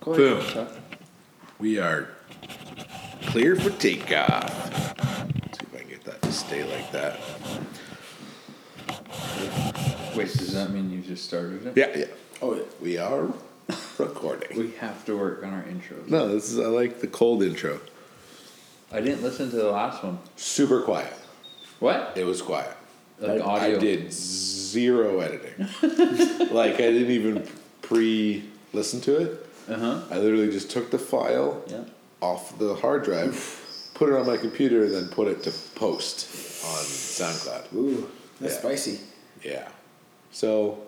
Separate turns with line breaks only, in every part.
Go
Boom.
ahead, Chuck.
We are clear for takeoff. see if I can get that to stay like that.
Wait, does that mean you just started it?
Yeah, yeah.
Oh, yeah.
We are recording.
We have to work on our intros.
No, this is I like the cold intro.
I didn't listen to the last one.
Super quiet.
What?
It was quiet.
Like
I,
audio.
I did zero editing. like I didn't even pre-listen to it.
Uh huh.
I literally just took the file
Yeah.
off the hard drive, put it on my computer, and then put it to post on SoundCloud.
Ooh, that's
Yeah.
spicy.
Yeah. So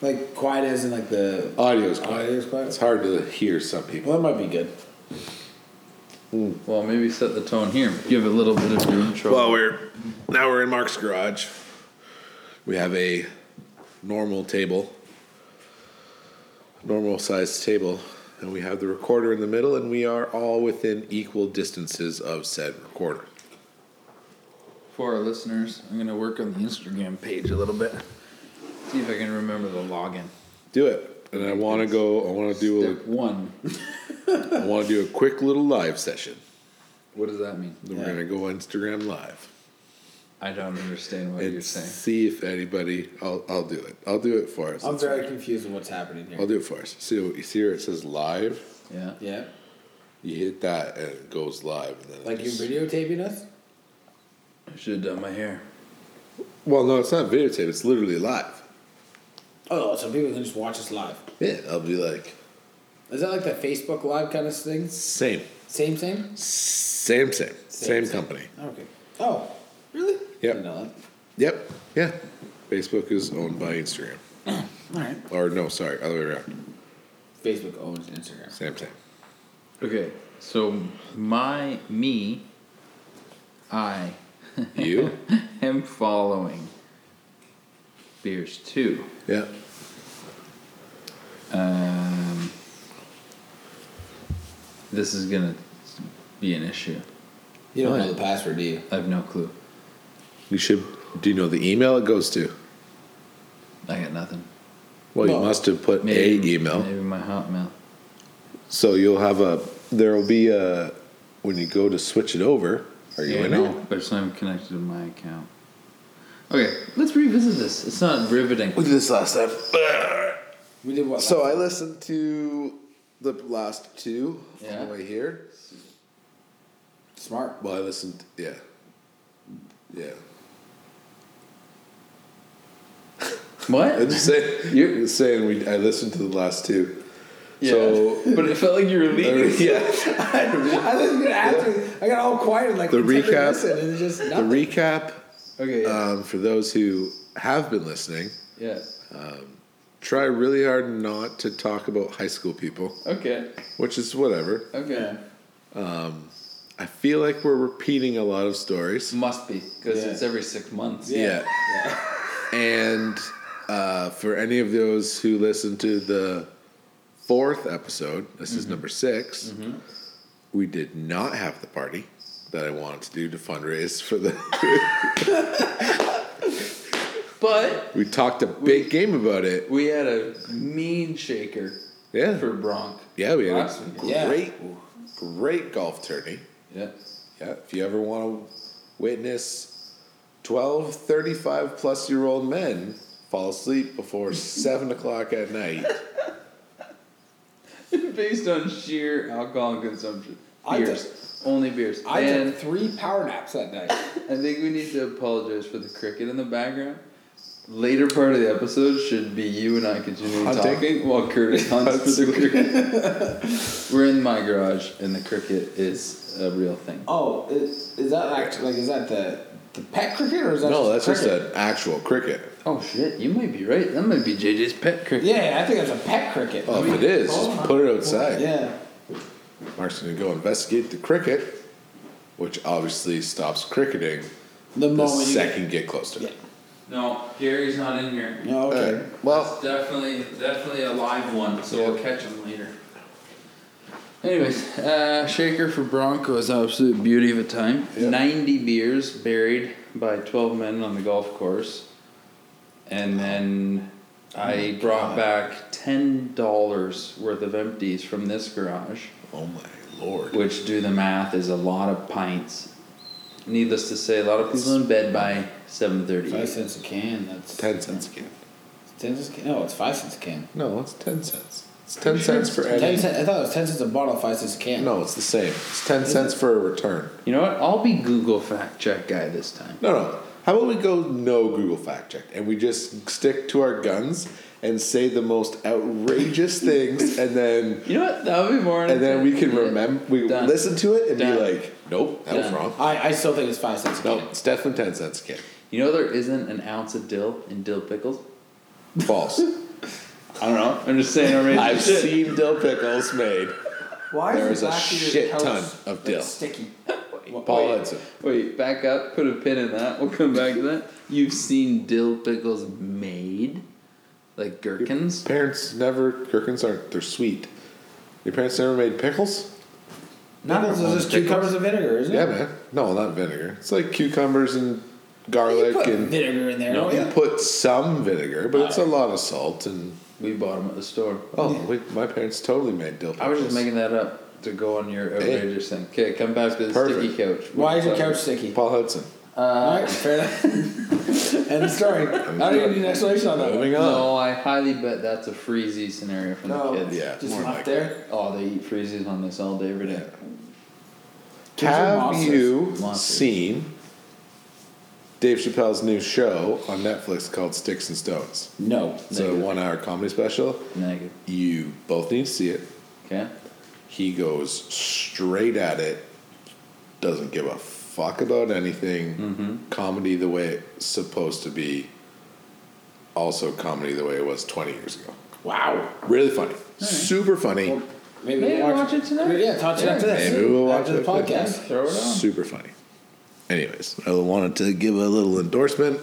Like quiet as in like the.
audio's quiet.
Audio's quiet?
It's hard to hear some people.
Well, that might be good.
Well, maybe set the tone here. Give a little bit of your intro.
Well, we're now we're in Mark's garage. We have a normal table, normal sized table, and we have the recorder in the middle, and we are all within equal distances of said recorder.
For our listeners, I'm gonna work on the Instagram page a little bit. See if I can remember the login.
Do it. And I want to go. I want to do.
Step one.
A, I want to do a quick little live session.
What does that mean?
Then we're gonna go Instagram live.
I don't understand what
and
you're saying.
see if anybody. I'll, I'll do it. I'll do it for us.
I'm
It's-
very confused with what's happening
I'll
here.
do it for us. See what you see here. It says live.
Yeah.
Yeah,
You hit that and it goes live. And then it
like you're
just-
videotaping us.
I should have done my hair.
Well, no, it's not videotape. It's literally live.
Oh, so people can just watch us live.
Yeah, I'll be like
Is that like the Facebook Live kind of thing?
same,
Same, same.
same, same, same, company.
Okay. Oh, really?
Yep.
Didn't know
Yep. Yeah. Facebook is owned by Instagram.
that. All right.
Or no, sorry, other way around.
Facebook owns Instagram.
Same thing.
Okay. So my me, I
You?
am following. Beers two.
yeah.
Um, this is gonna be an issue.
You don't know the password, do you?
I have no clue.
You should. Do you know the email it goes to?
I got nothing.
Well, you
No.
must have put a email.
Maybe my Hotmail.
So you'll have a. There will be a. When you go to switch it over, are you
Yeah,
in
no, but it's not even connected to my account. Okay, let's revisit this. It's not riveting.
We did this last time.
We did what?
So
last-
I listened to the last two on
Yeah.
the way here.
smart.
Well, I listened. Yeah, yeah. I
What?
just say you were saying we. I listened to the last two. So
but it felt like you were
I
leaving.
mean, yeah,
I was gonna ask you. I got all quiet like
The
we took a
recap-
listen, and it's just
the
nothing.
recap
Okay, yeah.
um, for those who have been listening.
yeah.
Try really hard not to talk about high school people,
Okay.
which is whatever.
Okay.
Yeah.
I feel like we're repeating a lot of stories.
Must be because
Yeah.
it's every six months.
Yeah. And uh, for any of those who listened to the fourth episode, this
Mm-hmm.
is number 6 we did not have the party that I wanted to do to fundraise for the.
But
we talked a big game about it.
we had a mean shaker
Yeah.
for Bronk.
yeah, we had
Last
a
week.
Yeah.
great, great golf tourney.
Yeah.
Yeah, if you ever want to witness 12, 35 plus year old men fall asleep before 7 o'clock at night.
Based on sheer alcohol consumption.
I
Beers. Only beers.
I
and
took three power naps that night.
I think we need to apologize for the cricket in the background. Later part of the episode should be you and I continuing
Hunting.
talking while Curtis hunts for the cricket. We're in my garage and the cricket is a real thing.
Oh, is, is that actually like is that the the pet cricket or is that
no, that's
just
just
cricket?
an actual cricket.
Oh shit, you might be right. That might be JJ's pet cricket.
Yeah, I think it's a pet cricket.
Oh, if it is, just put it outside.
Yeah.
Mark's gonna go investigate the cricket, which obviously stops cricketing
The
the
moment you
second you get close to it.
No, Gary's not in here.
Yeah. Oh, okay.
Alright, Well,
Definitely, definitely a live one, so
we'll
catch him later. Anyways, uh, Shaker for Broncos, absolute beauty of a time.
Yeah.
90 beers buried by 12 men on the golf course. And then I brought back ten dollars worth of empties from this garage,
Oh my lord.
which do the math is a lot of pints. Needless to say, a lot of people in bed by seven thirty.
Five cents a can. That's
Ten cents a can.
Ten cents a can. No, it's five cents a can.
No, it's ten cents. It's ten cents for
Ten
any.
cent, I thought it was ten cents a bottle. Five cents a can.
No, it's the same. It's ten cents for a return.
You know what? I'll be Google fact check guy this time.
No, no. How about we go no Google fact check and we just stick to our guns and say the most outrageous things and then
You know what? That would be more.
and then we can
entertaining.
remember we
Done.
listen to it and
Done.
be like, nope, that was
Done.
wrong.
I, I still think it's five cents a
No,
can.
it's definitely ten cents a can.
You know there isn't an ounce of dill in dill pickles.
False.
I don't know.
I'm just saying. already.
I've seen dill pickles made.
Why
There
is
is
the
a
back of your
shit
couch
ton of dill.
Like sticky.
Paul Hudson.
Wait, back up. Put a pin in that. We'll come back to that. You've seen dill pickles made, like gherkins.
Parents never gherkins aren't they're sweet. Your parents never made pickles?
Pickles is just
Pickles.
cucumbers and vinegar, isn't
Yeah,
it?
man. No, not vinegar. It's like cucumbers and
You
garlic
put
and
vinegar in there.
No,
don't
You
you?
put some vinegar, but it's a lot of salt and
We bought them at the store.
oh, we, my parents totally made dill pickles.
I was just making that up to go on your
Hey.
outrageous thing. Okay, come back to the
Perfect.
sticky couch.
Why is your couch sticky?
Paul Hudson.
All right, fair enough. End of story. I don't even need an explanation on that.
Moving on.
No, I highly bet that's a freezy scenario from
No,
the kids.
Yeah,
just
more
up
like
there.
Oh, they eat freezies on this all day every day.
Kids are
Have
monsters.
you
Monsters.
seen Dave Chappelle's new show on Netflix called Sticks and Stones?
No.
It's a
Negative.
one-hour comedy special.
Negative.
You both need to see it.
Okay.
He goes straight at it. Doesn't give a fuck about anything.
Mm-hmm.
Comedy the way it's supposed to be. Also, comedy the way it was 20 years ago.
Wow.
Really funny. Super funny.
Well, maybe,
Maybe
we'll
watch it tonight.
Maybe, yeah, touch it
Yeah,
after this.
maybe we'll
after
watch
the
it after
podcast.
Throw it on.
Super funny. Anyways, I wanted to give a little endorsement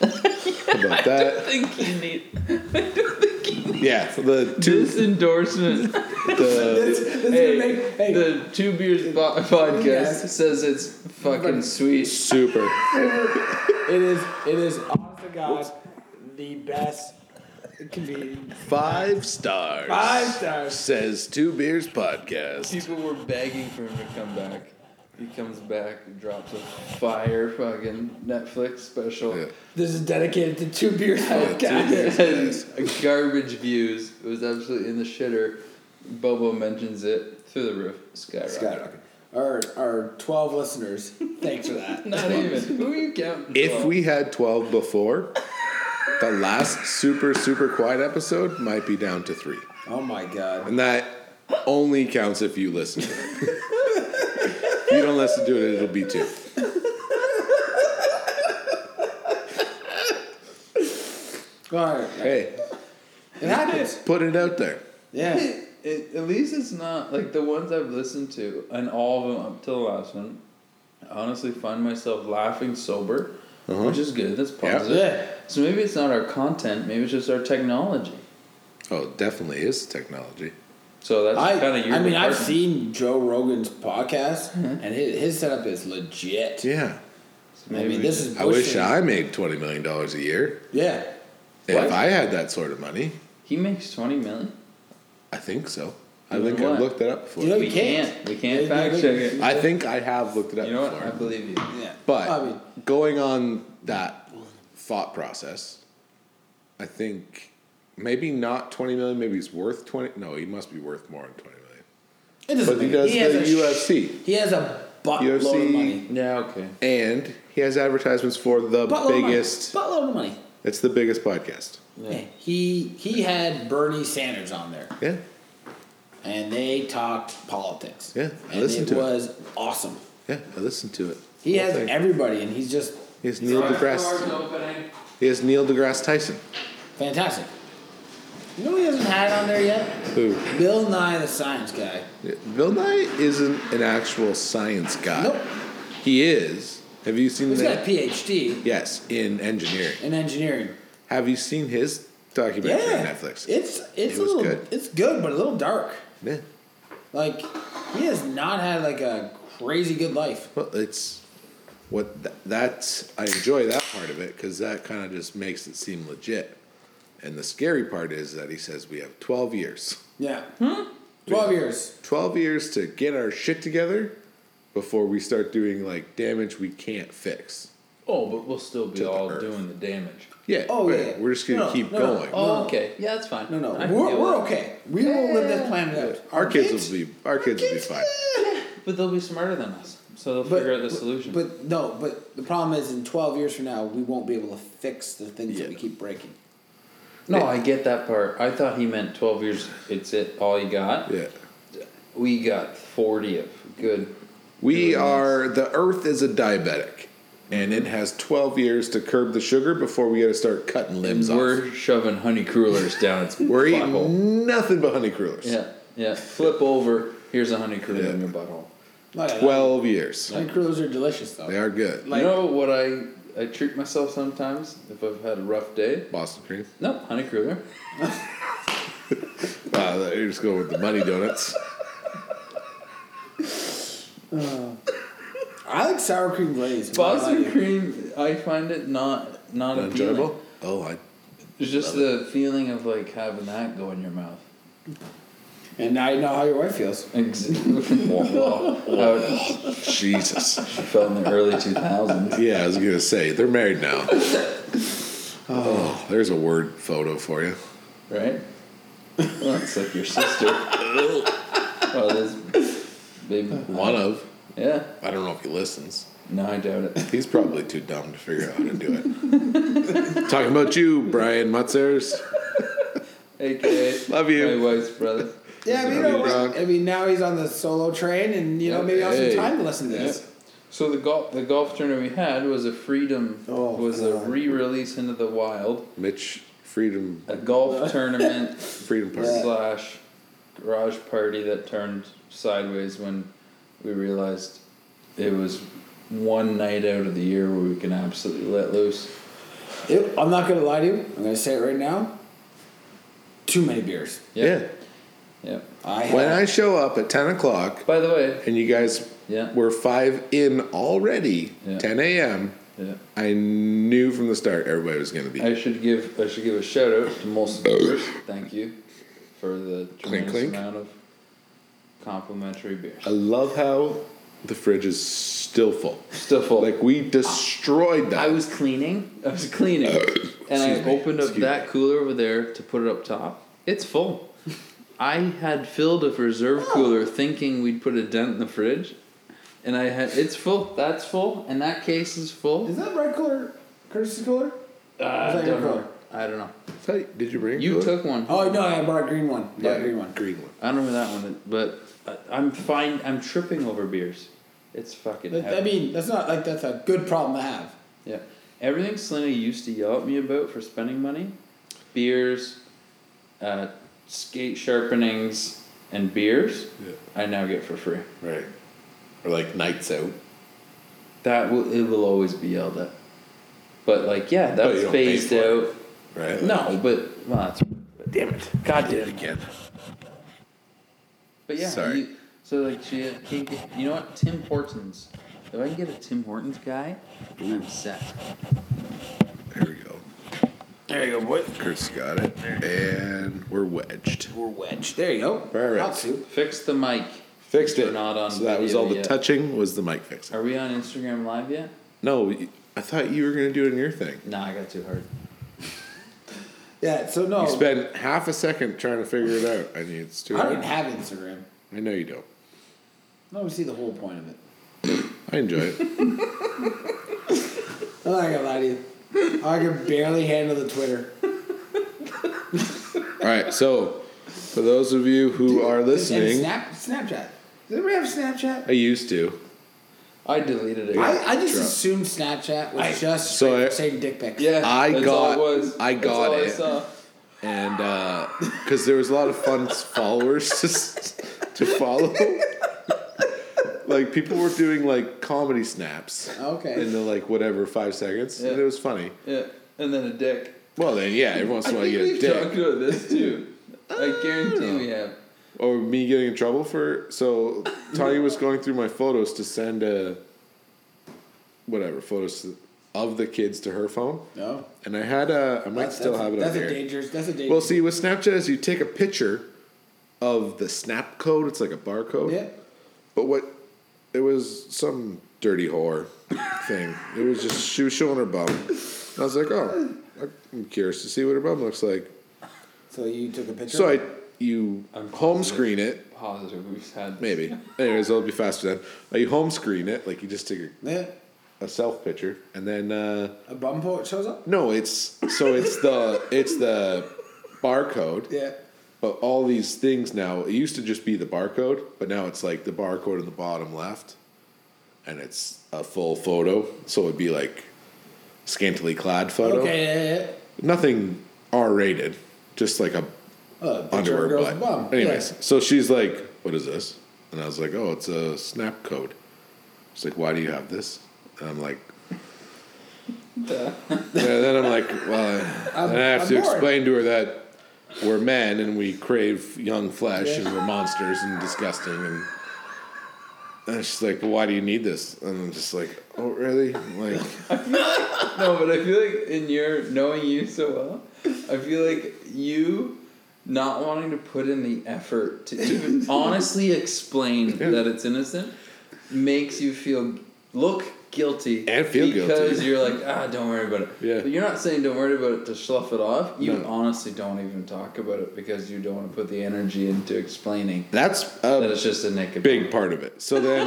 about that.
think you need
Yeah, so the two
this endorsement.
the
hey,
make- hey.
the two beers bo- podcast
Yes.
says it's fucking sweet.
super.
It is. It is. Honest to God, the best comedian.
Five stars.
Five stars.
Says Two Beers Podcast.
People were begging for him to come back. He comes back, and drops a fire fucking Netflix special.
Yeah.
This is dedicated to two beers.
Had-
podcast.
had garbage views. It was absolutely in the shitter. Bobo mentions it through the roof. Skyrocket.
Skyrocket. Our our twelve listeners. Thanks for that.
Not even. Who are you counting?
If
for?
we had 12 before, the last super, super quiet episode might be down to three.
Oh my God.
And that only counts if you listen to it. if you don't listen to it, it'll be two.
All right.
Hey,
It happens.
put it out there.
Yeah.
It, at least it's not like the ones I've listened to, and all of them up till the last one. I honestly find myself laughing sober, which is good. That's
Uh-huh. Yeah.
positive.
Yeah.
So maybe it's not our content. Maybe it's just our technology.
Oh, it definitely is technology.
So that's
I,
kind of your.
I mean, I've
department.
seen Joe Rogan's podcast, and his, his setup is legit.
Yeah.
So
I mean,
we
this
just-
is
I wish
bullshit.
I made $20 million a year.
Yeah.
What?
If I had that sort of money,
He makes twenty million.
I think so. I
Doing
think
what?
I looked that up before.
You know- No,
we
you can't.
We can't
Yeah,
fact
you-
check it.
I think I have looked it up
You know what?
before.
I believe you.
Yeah.
But
I mean,
going on that thought process, I think maybe not 20 million, maybe he's worth 20. No, he must be worth more than 20 million.
it doesn't
But he
make-
does
has
the
a sh-
UFC.
He has a buttload of
UFC
money.
Yeah. Okay.
And he has advertisements for the
Buttload
biggest,
Of money. Buttload of money.
it's the biggest podcast.
Yeah. He he had Bernie Sanders on there,
Yeah.
and they talked politics.
Yeah, I
and
listened
it
to it.
was awesome.
Yeah. I listened to it.
He
Whole
has
thing.
everybody, and he's just
He has Neil deGrasse. He has Neil deGrasse Tyson.
fantastic. You know who he hasn't had on there yet?
Who?
Bill Nye the Science Guy.
Bill Nye isn't an actual science guy.
Nope.
He is. Have you seen
He's got
that?
a PhD
yes, in engineering.
in engineering.
Have you seen his documentary on
Yeah,
Netflix?
It's it's
It
a
was
little
good.
it's good, but a little dark.
yeah.
Like he has not had like a crazy good life.
Well, it's what th- that's. I enjoy that part of it because that kind of just makes it seem legit. And the scary part is that he says we have 12 years.
Yeah.
Hmm?
Twelve years.
12 years to get our shit together before we start doing like damage we can't fix.
Oh, but we'll still be
To the
all
earth.
doing the damage.
Yeah.
Oh,
but
yeah.
We're just going to
No,
keep
no, no.
going.
Oh,
Oh, okay. Yeah, that's fine.
No, no,
I can
we're,
deal
we're
with
okay. We will live this planet out.
Our kids will be our kids will be
kids-
fine.
it. But they'll be smarter than us, so they'll figure out the solution.
But no, but the problem is in 12 years from now, we won't be able to fix the things
Yeah.
that we keep breaking.
no, I get that part. I thought he meant twelve years. It's it. All you got.
Yeah.
We got forty of good.
We
Doing
are the earth is a diabetic and it has 12 years to curb the sugar before we got to start cutting
And
limbs
we're
off.
shoving honey crullers down its
We're eating
butthole.
nothing but honey crullers.
Yeah, yeah. Flip over. Here's a honey cruller
Yeah.
in your butthole.
Like,
12 years.
Honey crullers are delicious, though.
They are good.
Like-
you know what I I treat myself sometimes if I've had a rough day.
Boston cream.
No, honey cruller.
Uh, you just go with the money donuts.
I like sour cream glaze. What about
Boston
you?
cream, I find it not not
Enjoyable?
appealing.
Oh, I
It's just the feeling of like having that go in your mouth.
And now you know how your wife feels.
Ex- How it
Jesus.
felt in the early two thousands.
Yeah, I was gonna say they're married now. oh. there's a word photo for you.
Right? Well, it's like your sister. well, this baby.
One of.
Yeah.
I don't know if he listens.
No, I doubt it.
He's probably too dumb to figure out how to do it. Talking about you, Brian Mutzers.
AKA
Love you.
My wife's brother.
Yeah, but
That'd
you know
be
what?
drunk.
I mean, now he's on the solo train, and you know, maybe I'll have
Hey.
some time to listen to this.
So the golf the golf tournament we had was a freedom
Oh,
was a
God.
re-release into the wild,
Mitch Freedom
a golf tournament
Freedom Party.
slash garage party that turned sideways when we realized it was one night out of the year where we can absolutely let loose.
It- I'm not going to lie to you. I'm going to say it right now. Too many beers.
Yep. Yeah.
I
Yeah. When
had-
I show up at ten o'clock
By the way,
and you guys
Yeah.
were five in already,
Yeah.
ten AM,
yeah.
I knew from the start everybody was gonna be
I should give I should give a shout out to Molson Brewers. Thank you for the tremendous
clink.
amount of complimentary beers.
I love how the fridge is still full.
Still full.
Like we destroyed that.
I was cleaning. I was cleaning, and I
Uh, Excuse me.
opened up
Excuse
that cooler over there to put it up top. It's full. I had filled a reserve cooler, thinking we'd put a dent in the fridge, and I had it's full. That's full, and that case is full.
Is that red cooler? Curtis's cooler?
Uh,
Is
I
that your
don't know.
cooler?
I don't know.
Hey, Did you bring?
You
Coke?
took one.
Oh, no, I bought a green one. Bought a green one.
Green one.
I don't remember that one, but I, I'm fine. I'm tripping over beers. It's fucking.
That- I
heavy.
mean, that's not like that's a good problem to have.
Yeah. Everything Selena used to yell at me about for spending money beers, uh, skate sharpenings, and beers
Yeah.
I now get for free.
Right. Or like nights out.
That will, it will always be yelled at. But, like, yeah, that
But
was
you don't pay
phased
for it.
out.
Right.
No, but. Well, that's,
Damn it.
God damn it.
Again.
But yeah,
Sorry.
You, so, like, she can't get. You know what? Tim Hortons. If I can get a Tim Hortons guy, I'm set.
There we go.
There you go, boy.
Kurt's got it. And we're wedged.
We're wedged. There you go.
Perfect.
Hot soup.
Fix the mic.
Fixed
We're not on
so that was
video
all the
yet.
touching was the mic fixing.
Are we on Instagram Live yet?
No, y- I thought you were gonna do it in your thing.
Nah, I got too hard.
Yeah, so no.
You spent half a second trying to figure it out. Oh. I mean, it's too
I don't even
hard.
have Instagram.
I know you don't.
No, we see the whole point of it.
I enjoy it.
I'm not gonna lie to you. I can barely handle the Twitter.
all right. So, for those of you who are
And
listening,
Snap, Snapchat. Does anybody have Snapchat?
I used to.
I deleted it.
I, I just
True.
assumed Snapchat was just
so
straight
I-
for saying dick pics.
yeah,
I
that's
got-
all it was.
I
That's
got
all I
it.
saw.
and because there was a lot of fun followers to, to follow. like people were doing like comedy snaps
Okay.
into like whatever five seconds, and
Yeah.
it was funny.
Yeah, and then a dick.
Well, then yeah, every once
I
in a
think
while you
we've
get a
talked
dick,
about this too. I guarantee we have.
or me getting in trouble for. So Tanya was going through my photos to send a uh, whatever photos to of the kids to her phone.
No.
And I had a, I might
That's-
still
that's-
have it on
That's
here.
a dangerous. That's a dangerous.
Well, see, with Snapchat is you take a picture of the snap code. It's like a barcode.
Yeah.
But what? It was some dirty whore thing. It was just she was showing her bum. I was like, oh, I'm curious to see what her bum looks like.
So you took a picture.
So I you
I'm-
home screen it.
Positive. We've had
Maybe. Anyways, it'll be faster then. Uh, You home screen it, like you just take
Yeah.
a, a self picture, and then uh,
A bum port shows up.
no, it's so it's the it's the barcode.
Yeah.
But all these things now, it used to just be the barcode, but now it's like the barcode in the bottom left, and it's a full photo. So it'd be like scantily clad photo.
Okay. Yeah, yeah, yeah.
Nothing R rated, just like a
Oh, a picture of a
underwear
girl's
butt.
bum.
Anyways, so she's like, "What is this?" And I was like, "Oh, it's a snap code." She's like, "Why do you have this?" And I'm like, and then I'm like, "Well, i
I'm-
and I have
I'm
to
bored.
explain to her that we're men and we crave young flesh and we're monsters and disgusting." And, and she's like, well, "Why do you need this?" And I'm just like, "Oh, really?" Like,
No, but I feel like in your knowing you so well, I feel like you not wanting to put in the effort to even honestly explain
Yeah.
that it's innocent makes you feel look guilty
And feel guilty.
because you're like ah don't worry about it.
Yeah.
But you're not saying don't worry about it to slough it off. You
No.
honestly don't even talk about it because you don't want to put the energy into explaining
that's
that
a
it's just a naked
big part of it. So then,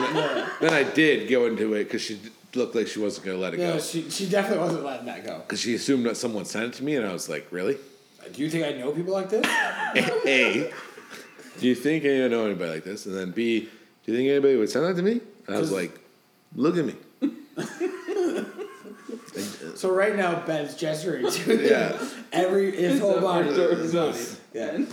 then I did go into it because she d- looked like she wasn't going to let it
No,
go.
she she definitely wasn't letting that go.
Because she assumed that someone sent it to me, and I was like, really?
Do you think I know people like this?
A, do you think I know anybody like this? And then B, do you think anybody would send that to me? And I was like, look at me.
so right now, Ben's gesturing to
Yeah.
every his whole body. His body. Yeah. Um,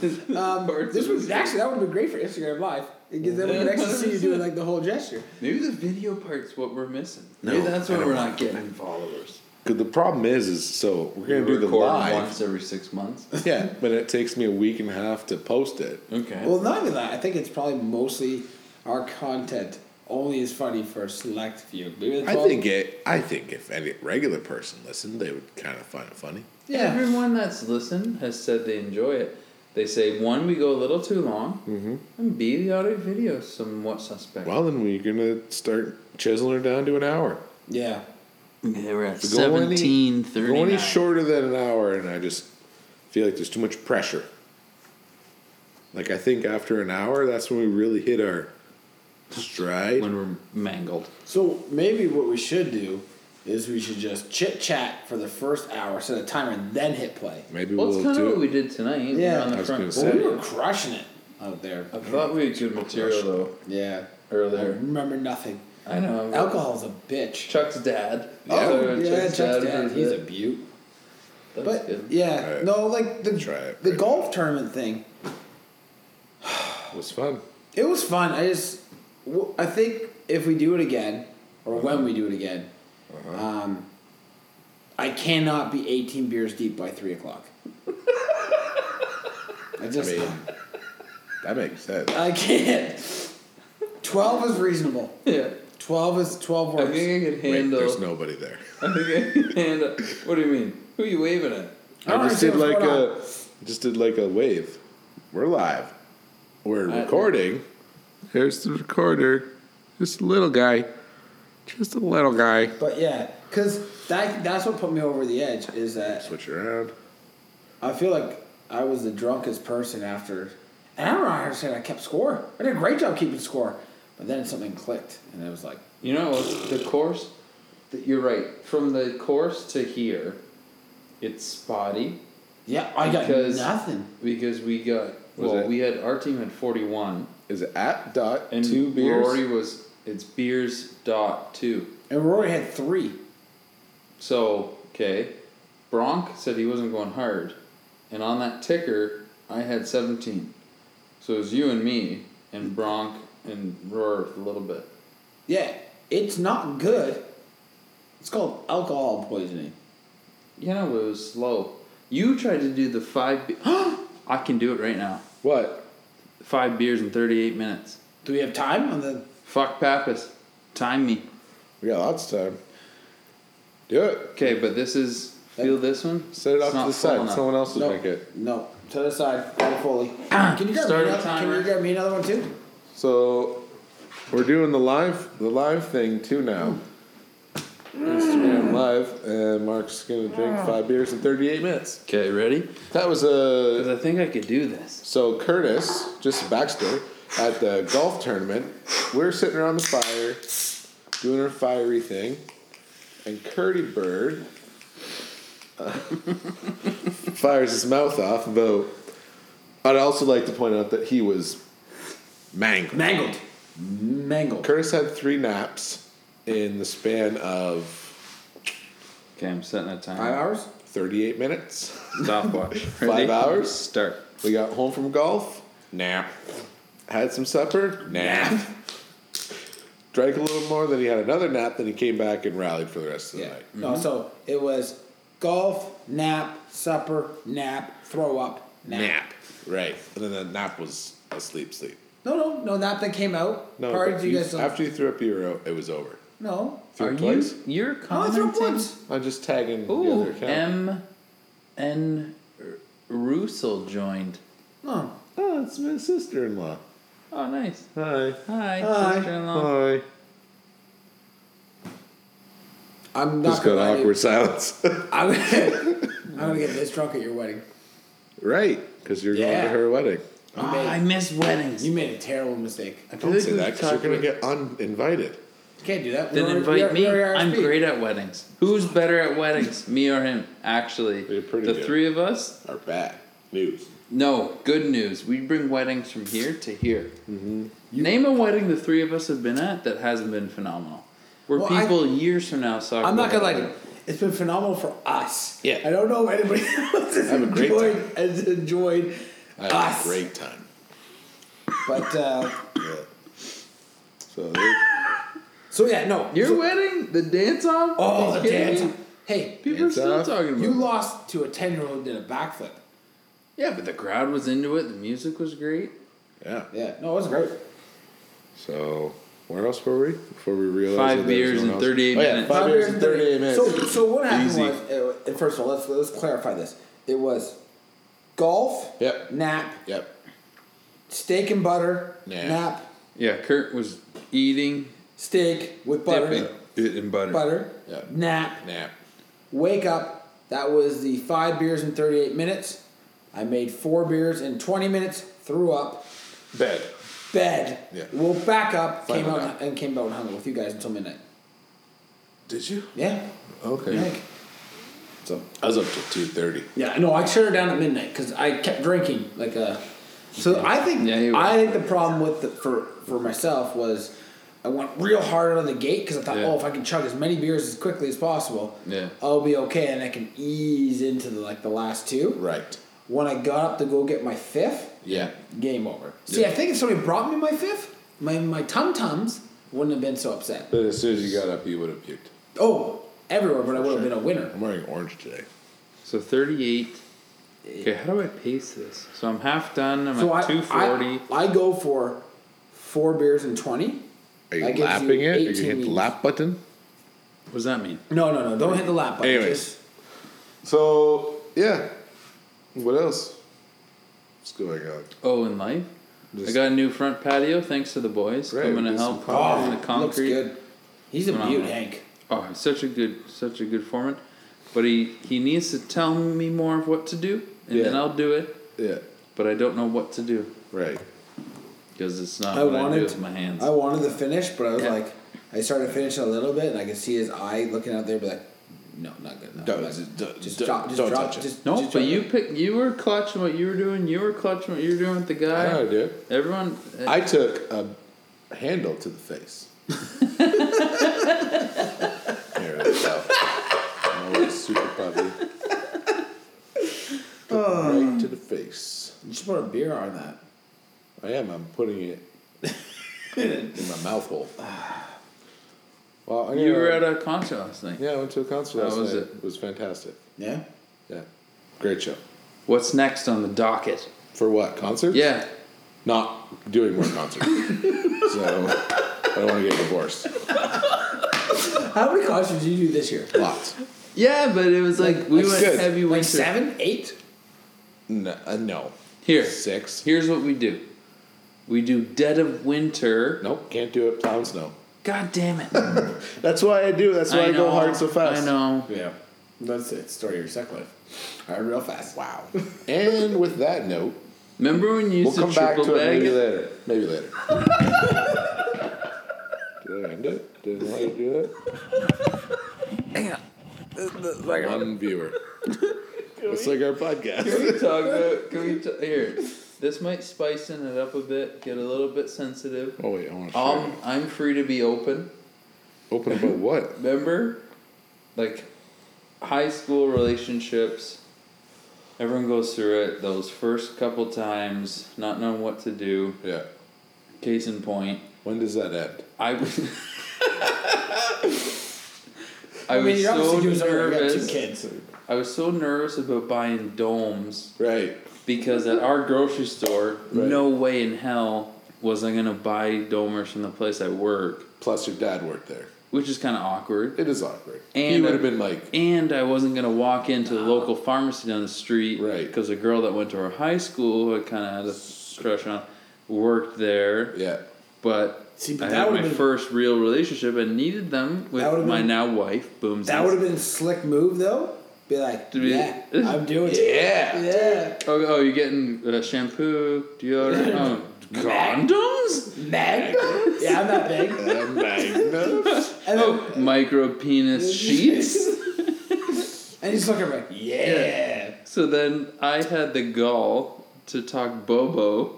Parts
this
of
was
his-
actually that would be great for Instagram Live because then we
Yeah.
can actually see you doing like the whole gesture.
Maybe the video part's what we're missing.
No,
Maybe that's
I
why
don't
we're
want
not getting followers.
Cause the problem is, is so we're gonna do the
record
live.
once every six months.
Yeah, but it takes me a week and a half to post it.
Okay.
Well, not even that. I think it's probably mostly our content only is funny for a select few. Maybe that's
I
all-
think it. I think if any regular person listened, they would kind of find it funny.
Yeah.
Everyone that's listened has said they enjoy it. They say one, we go a little too long, mm-hmm. and B, the audio video is somewhat suspect.
Well, then we're gonna start chiseling her down to an hour.
Yeah.
okay, we're at
If we go any-
seventeen
if we
thirty.
Go any shorter than an hour, and I just feel like there's too much pressure. Like I think after an hour, that's when we really hit our stride.
when we're mangled.
So maybe what we should do is we should just chit chat for the first hour, set a timer, and then hit play.
Maybe
Well, it's
we'll
kind of what
do
we
it.
did tonight.
Yeah.
Yeah, on the
I was
front.
gonna
Well, we
say.
were crushing it out there.
I thought we had good material though
Yeah. I
earlier.
remember nothing.
I know.
Alcohol's a bitch.
Chuck's dad.
Oh,
So
yeah, Chuck's dad.
was
He's a
it.
beaut.
That was
But
good.
yeah,
Alright.
no, like the
Try it.
the golf tournament thing.
It was fun.
It was fun. I just, w- I think if we do it again, or when we do it again, um, I cannot be 18 beers deep by 3 o'clock. I
I
just, I,
mean, that makes sense.
can't. 12 is reasonable.
yeah.
12 is 12
I
works.
think I could
Wait,
handle.
there's nobody there.
I think I could handle. uh, What do you mean? Who are you waving at?
I don't
I just
understand
did
what's
like
going
a just did like a wave. We're live. We're
I-
recording. Here's the recorder. Just a little guy. Just a little guy.
But yeah, because that, that's what put me over the edge is that
Switch around.
I feel like I was the drunkest person after. And I don't know how to say I kept score. I did a great job keeping score. But then something clicked, and it was like,
You know, it's the course, that you're right. From the course to here, it's spotty
Yeah, I got
Because-
nothing.
because we got.
Was
well,
it-
we had our team had 41,
Is it at dot
and
two beers?
Rory was. It's beers dot two.
And Rory had three.
So okay, Bronk said he wasn't going hard, and on that ticker, I had 17. So it was you and me and Bronk and Roar a little bit.
Yeah, it's not good. It's called alcohol poisoning.
You know, it was slow. You tried to do the five. Be- I can do it right now.
What?
Five beers in 38 minutes.
Do we have time on the?
Fuck Pappas. Time me.
We got lots of time. Do it.
Okay, but this is feel this one.
Set it off
It's
to
not full
the side.
enough.
Someone else will
No,
make it.
no. Set aside. Not fully. Can you grab me
Start a
another? Can
timer.
you grab me another one too?
So we're doing the live the live thing too now. Instagram live, and Mark's gonna drink five beers in 38 minutes.
Okay, ready?
That was a
Because I think I could do this.
So Curtis, just a backstory, at the golf tournament, we were sitting around the fire, doing our fiery thing, and Curdy Bird uh, fires his mouth off. Though I'd also like to point out that he was mangled.
Mangled. Mangled.
Curtis had three naps in the span of
Okay, I'm setting a timer.
Five hours.
38 minutes.
Stopwatch.
Five hours?
Start.
We got home from golf. Nap. Had some supper. Nap. Drank a little more, then he had another nap, then he came back and rallied for the rest of the
Yeah.
night.
No. So it was golf, nap, supper, nap, throw up, nap.
Nap. Right. And then the nap was a sleep sleep.
No, no, no nap that came out.
No,
Parties
but
you
you-
guys don't-
after you threw up your out, it was over.
No.
Threw
Are
up twice? Oh,
you? You're
No, I threw up
commenting.
once.
I'm just tagging the
Ooh,
other account.
M. N. Russell joined.
No.
oh, it's my sister in law.
Oh, nice.
Hi.
Hi,
Hi.
sister-in-law.
Hi.
I'm not
Just got
gonna lie to you.
awkward silence.
I'm gonna, I'm gonna get this drunk at your wedding.
right. Because you're going
Yeah.
to her wedding.
You,
Ah,
made,
I miss weddings.
you made a terrible mistake.
feel
Don't
like
say
we've
that because you're
talked
going to
about-
get uninvited.
You can't do that. We
Then
already- we
invite
already-
me.
we already
I'm
RSVP'd.
great at weddings. Who's better at weddings, me or him? Actually,
You're pretty
the
good.
three of us.
Are bad news.
No, good news. We bring weddings from here to here. Mm-hmm. Name a wedding the three of us have been at that hasn't been phenomenal. Where
Well, I-
people years from now saw.
I'm not gonna lie to you. It's been phenomenal for us.
Yeah.
I don't know if anybody else has
Have a great
enjoyed has enjoyed
I had
us.
a great time.
But uh,
Yeah. So they,
so yeah, no.
Your
so,
wedding, the dance off.
oh the dance. Hey,
People are
Dance
still
off?
talking about.
you
it.
lost to a ten year old did a backflip.
yeah, but the crowd was into it. The music was great.
yeah.
Yeah. No, it was great.
So where else were we before we realized?
Five
that there was
beers
no
and
one else?
38
Oh, yeah,
minutes.
Five, beers and 38 minutes.
So, so what happened
Easy.
was, uh, first of all, let's let's clarify this. It was golf,
Yep.
nap,
Yep.
steak and butter,
Nap.
nap,
Yeah, Kurt was eating,
steak with butter,
dipping it in butter.
butter,
Yeah.
nap,
Nap.
wake up. That was the five beers in 38 minutes. I made four beers in 20 minutes, threw up,
Bed.
bed,
Yeah.
woke back up,
Final
came out
nap.
and came out and hung out with you guys until midnight.
Did you?
Yeah.
Okay.
Like,
So I was up till two thirty.
Yeah, no, I shut her down at midnight because I kept drinking like uh, a. So I think
Yeah, you were.
I think the problem with the, for for myself was I went real hard out of the gate because I thought,
Yeah.
oh, if I can chug as many beers as quickly as possible,
Yeah.
I'll be okay, and I can ease into the, like the last two.
Right.
When I got up to go get my fifth,
Yeah.
game over. See,
Yeah.
I think if somebody brought me my fifth, my my tum tums wouldn't have been so upset.
But as soon as you got up, you would have puked.
Oh, everywhere, but I would have been a winner.
I'm wearing orange today.
So 38. Okay, how do I pace this? So I'm half done. I'm
Eh. So I,
at 240.
I I go for four beers and twenty.
Are you
That gives you
lapping it? Are you
18
hit the
meters.
lap button?
what does that mean?
No, no, no! Don't hit the lap button.
Anyways.
Just-
So yeah. What else? What's going on?
Oh, in life? I
Just-
got a new front patio thanks to the boys.
Right,
coming to
do some
help
oh,
on the concrete.
looks good. He's a
Phenomenal.
beaut, Hank.
Oh, he's such a good, such a good foreman. But he he needs to tell me more of what to do, and then
Yeah.
I'll do it.
Yeah.
But I don't know what to do
Right.
because it's not
I
what I do
wanted
with my hands.
I wanted to finish, but I was
Yeah.
like, I started finishing a little bit, and I could see his eye looking out there, but like, no, not good. Enough.
Don't-
Like,
just- don't-
just
don't-
drop, just
don't
drop,
touch it.
just
no,
just
but
drop
you
it.
pick. You were clutching what you were doing. You were clutching what you were doing with the
I
guy.
know, dude.
Everyone.
I took a handle to the face. there it is. Al. I was super puppy. Took
Oh.
it Right to the face.
You should put a beer on that.
I am. I'm putting it in my mouth hole. Well, I
you were at a concert last night.
yeah. I went to a concert
How
last
was
night.
it?
It was fantastic.
Yeah.
Yeah, great show.
What's next on the docket?
For what concert?
Yeah.
Not doing more concerts. so I don't want to get divorced.
How many concerts did you do this year?
Lots.
Yeah, but it was like,
Like-
we
like
went
good.
heavy
Like
winter.
seven, eight?
No, uh, no.
Here,
Six.
here's what we do. We do dead of winter.
Nope, can't do it. Plowing snow.
God damn it!
That's why I do. That's why I, go
know,
hard so fast.
I know.
Yeah. That's it. Story of your sex life. All right, real fast. Wow.
And with that note,
Remember when you
we'll
used
come
to
back
triple
to it
bag?
maybe
it?
later. Maybe later. Did I end it? Did I let you do that? One viewer. It's like our podcast.
Can we talk about? Can we ta- here? This might spicing it up a bit. Get a little bit sensitive.
Oh wait, I want to
Um, I'm free to be open.
open about what?
Remember, like high school relationships. Everyone goes through it. Those first couple times, not knowing what to do.
Yeah.
Case in point,
When does that end?
I was. I
I mean,
was
you're
so
obviously doing something. You got two
nervous.
kids.
I was so nervous about buying domes
Right.
because at our grocery store,
Right.
no way in hell was I gonna buy domers from the place I work,
Plus your dad worked there.
which is kind of awkward.
It is awkward. he
And uh,
would
I-
have been like,
And I wasn't gonna walk into the local pharmacy down the street,
Right.
Because a girl that went to our high school, who I kind of had a crush on, worked there,
yeah.
but.
See, but
I
that
had my
would've been-
first real relationship and needed them with
That would've
my
been-
now wife, Boomsy.
That would have been a slick move, though. Be like,
To be-
yeah, I'm doing it.
Yeah.
Yeah.
Oh, oh you're getting uh, shampoo, deodorant, oh, condoms?
Magnum? Yeah, I'm not big.
Uh, Magnus.
And, then,
Oh, micro penis sheets.
and he's looking like, yeah.
so then I had the gall to talk Bobo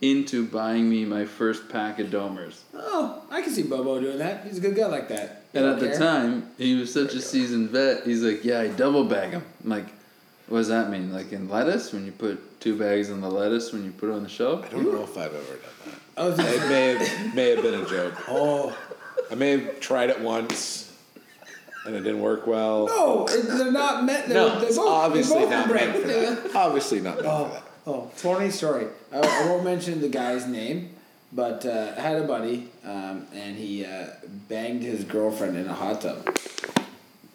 into buying me my first pack of Domers.
Oh, I can see Bobo doing that. He's a good guy like that.
And
Don't
at the
care.
time, he was such a seasoned vet. He's like, "Yeah, I double bag them." I'm like, what does that mean? Like in lettuce, when you put two bags in the lettuce when you put it on the
I
shelf.
don't know if I've ever done that.
I was like,
It may have, may have been a joke.
oh.
I may have tried it once, and it didn't work well.
No, it- they're not meant. They're,
No,
they're
it's
both,
obviously
they're
not
both
meant for
break.
that. Obviously not meant for
Oh,
that.
oh, funny story. I, I won't mention the guy's name, but uh, I had a buddy, um, and he uh, banged his girlfriend in a hot tub.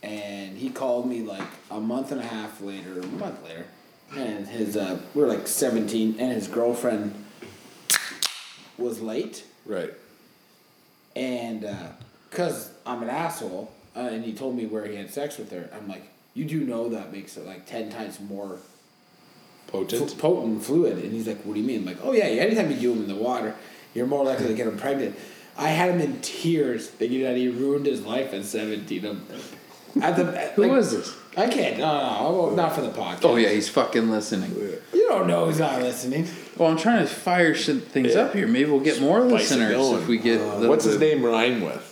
And he called me like a month and a half later, a month later, and his uh, we were like seventeen, and his girlfriend was late,
Right.
and because I'm an asshole, uh, and he told me where he had sex with her, I'm like, you do know that makes it like ten times more
Potent.
fl- potent fluid. And he's like, what do you mean? I'm like, oh yeah, anytime you do them in the water, you're more likely to get him pregnant. I had him in tears thinking that he ruined his life at 17. I'm- At the, at,
Who
like,
was this?
I can't. No, no, no. I won't- Not for the podcast.
Oh yeah, he's fucking listening.
Yeah.
You don't know he's not listening.
Well, I'm trying to fire shit things
Yeah.
up here. Maybe we'll get more
Spice it
listeners
going. Uh,
if we get.
Oh.
a little
What's his
bit-
name rhyme with?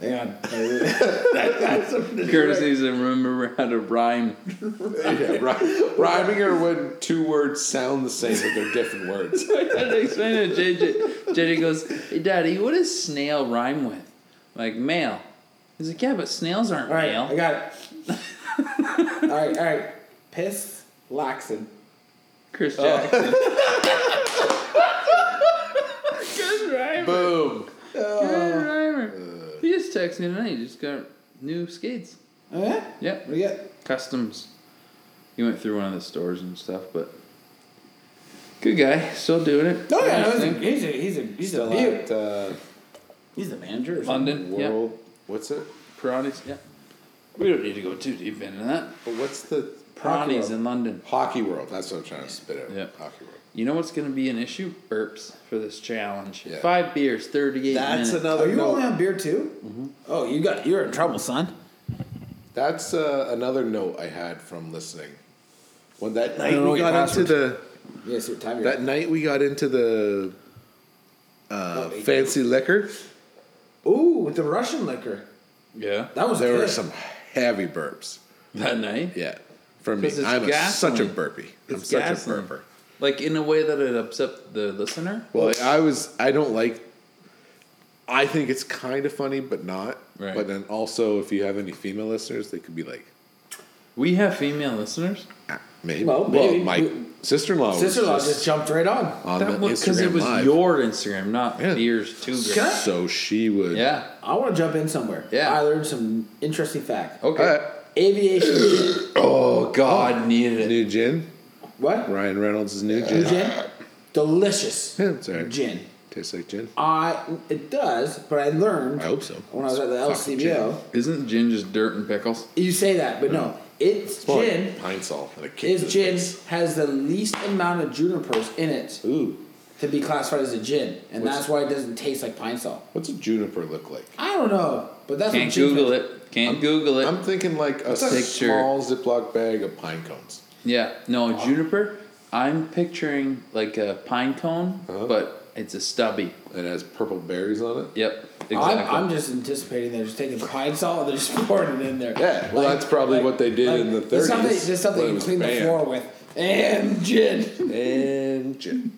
Hang on. That- that's a-
Curtis needs to remember how to rhyme.
yeah, rhy- rhyming are when two words sound the same but they're different words.
I had to explain to JJ. JJ goes, "Hey, Daddy, what does snail rhyme with?" I'm like male. He's like, "Yeah, but snails aren't
all right, I
male."
got it. all right, all right. Piss laxin.
Chris Jackson.
Boom.
Good rhymer. He just texted me tonight. He just got new skates.
Oh, yeah?
Yep,
What do you get?
customs. He went through one of the stores and stuff, but good guy, still doing it.
No, yeah, no,
Nice
he's a,
thing.
he's a, he's a, he's a,
Still
beaut.
at uh,
He's the manager or something.
London. Yeah,
World. What's it?
Piranhas. Yeah, we don't need to go too deep into that.
But what's the
Piranhas
World.
in London.
hockey world? That's what I'm trying to spit out.
Yeah.
Hockey world.
You know what's going to be an issue? Burps for this challenge.
Yeah.
Five beers, 38
That's
minutes.
another.
Are you
note.
only on beer too? Oh, you got you're in trouble, son.
That's uh, another note I had from listening. When that
I
night
don't know
we
your
got into
password.
the
Yeah, see what time you're.
that
at.
night we got into the uh,
Oh, eight.
fancy liquor,
Ooh, with the Russian liquor.
yeah.
That was
there
good.
were some heavy burps.
That night.
Yeah, for me,
'Cause it's
I'm a, such a
gasoline.
burpee. I'm
It's
such
gasoline.
a burper.
Like in a way that it upset the listener.
Well, I was. I don't like. I think it's kind of funny, but not.
Right.
But then also, if you have any female listeners, they could be like,
We have female listeners.
"Ah, Maybe.
Well,
Well,
maybe.
my
We-
sister in law was
Sister in law
just,
just jumped right on.
on
That
the
was because
Instagram
it was
live.
your Instagram, not
Yeah.
yours too.
Can I-
so she would.
Yeah.
I want to jump in somewhere.
Yeah.
I learned some interesting fact.
Okay.
All right.
Aviation. gin-
Oh God.
God needed it.
New gin.
what?
Ryan Reynolds is new
New
gin.
Uh, gin? Delicious.
Yeah, it's all right.
Gin.
Tastes like gin.
I it does, but I learned
I hope so.
when I was at the
Fucking
LCBO.
gin.
Isn't gin just dirt and pickles?
You say that, but
Mm.
no, it's
Well, like
gin.
Pine salt. and a kick to
Is
the
gin
face.
has the least amount of junipers in it
Ooh.
to be classified as a gin, and
What's-
that's why it doesn't taste like pine salt.
What's a juniper look like?
I don't know, but that's
Can't
what gin
Google
is.
it. Can't Google it.
I'm thinking like a
a picture.
small Ziploc bag of pine cones.
yeah. No,
Oh.
juniper. I'm picturing like a pine cone,
Uh-huh.
but it's a stubby.
It has purple berries on it.
Yep. Exactly.
I'm, I'm just anticipating they're just taking pine salt and they're just pouring it in there.
Yeah, well, that's probably what they did in the
there's something-
30s
There's something
when it
you
was
clean the
banned.
floor with. And gin.
And gin.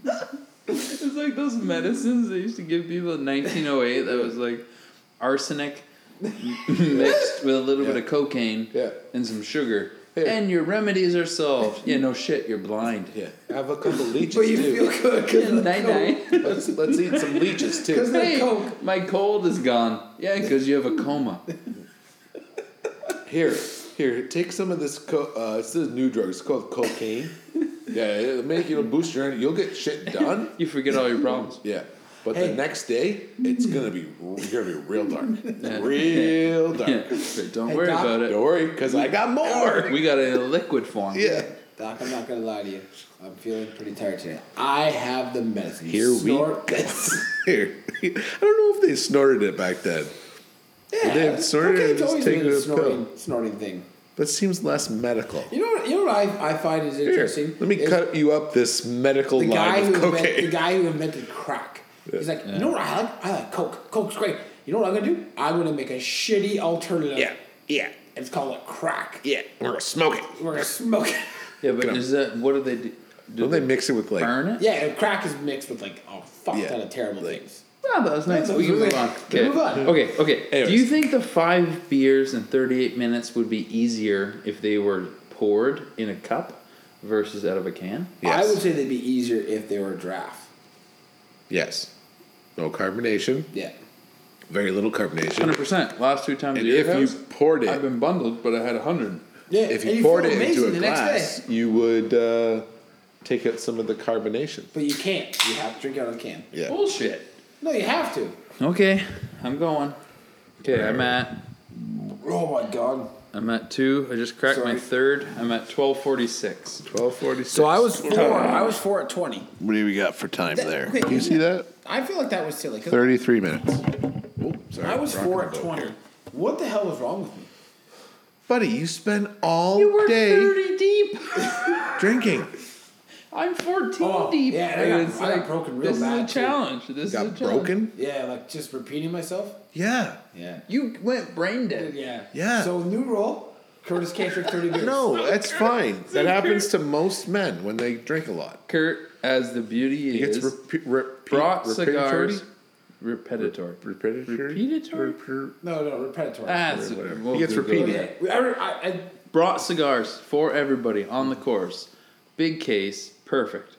It's like those medicines they used to give people in 1908 that was like arsenic mixed with a little bit of cocaine
Yeah.
and some sugar.
Yeah.
And your remedies are solved. Yeah, no shit, you're blind.
Yeah, have a couple leeches
But you
too.
feel good because of the
Night
Coke.
night.
let's, let's eat some leeches too.
the
Hey,
Coke.
my cold is gone. Yeah, because you have a coma.
Here, here, take some of this. Co- uh, this is a new drug. It's called cocaine. yeah, it'll make you boost your energy. You'll get shit done.
You forget all your problems.
Yeah, but
Hey.
the next day it's gonna be you're gonna be real dark,
Yeah.
real dark.
Yeah. But don't
Hey,
worry
Doc.
about
Don't
it.
worry, cause I got more.
We got it in a liquid form.
Yeah,
Doc, I'm not gonna lie to you. I'm feeling pretty tired today. I have the medicine. You
Here we
snort. we
here. I don't know if they snorted it back then.
Yeah,
They have snorted
okay,
or
it's
just
always
taken
been a
a
snorting, snorting thing.
That seems less medical.
You know what? You know what I, I find is
Here,
interesting.
let me
is
cut you up this medical
the guy
line
who
of
invent,
cocaine.
the guy who invented crack. He's like, you know what I like? I like coke. Coke's great. You know what I'm gonna do? I'm gonna make a shitty alternative.
Yeah, yeah,
It's called it crack.
yeah. We're gonna smoke it.
We're gonna smoke it.
Yeah, but is that what do they do? Do
Don't they mix it with like?
burn it?
Yeah, and crack is mixed with like a fuck
Yeah,
ton of terrible
like-
things.
No, that was nice.
that
we can
was
move
really-
on.
we
Okay.
move on.
Okay, okay. Do
Anyways.
you think the five beers in 38 minutes would be easier if they were poured in a cup versus out of a can?
Yes.
I would say they'd be easier if they were a draft.
Yes. No carbonation.
Yeah.
Very little carbonation.
100%. Last two times
And
the year
if
I
you
was-
poured
I've
it,
been bundled, but I had 100.
Yeah,
if
and
you poured
feel
it into
amazing
a
the next day.
glass, you would uh, take out some of the carbonation.
But you can't. You have to drink out of a can.
Yeah.
Bullshit.
No, you have to.
Okay, I'm going. Okay, I'm at
Oh my god.
I'm at 2. I just cracked my
Sorry.
third. I'm at 1246.
Twelve forty six.
So I was four. I was four at twenty.
What do we got for time
That-
there?
okay.
you see that?
I feel like that was silly. 'cause
Thirty three minutes. Oh, sorry.
I was
rocking
four
the
at
boat
twenty.
here.
What the hell was wrong with me?
Buddy, you spend all
You were
day
30 deep.
drinking.
I'm 14
Oh,
deep.
yeah, and I
And
got- I got broken real
this
bad,
is
too.
a challenge. This is a
Got
challenge.
broken?
Yeah, like just repeating myself.
Yeah.
Yeah.
You went brain dead.
Yeah.
Yeah.
So new rule. Curtis can't drink thirty beers.
No, that's fine. That happens to most men when they drink a lot.
Kurt, as the beauty
He
is,
gets repeat, repeat,
brought
repeatatory?
cigars. Repetitory.
Repetitory?
Repetitory?
Repeat-
No, no, repeatatory.
That's
Whatever.
we'll
He gets
Google
repeated.
it.
Okay. I, I, I,
Brought cigars for everybody on the course. Big case, perfect.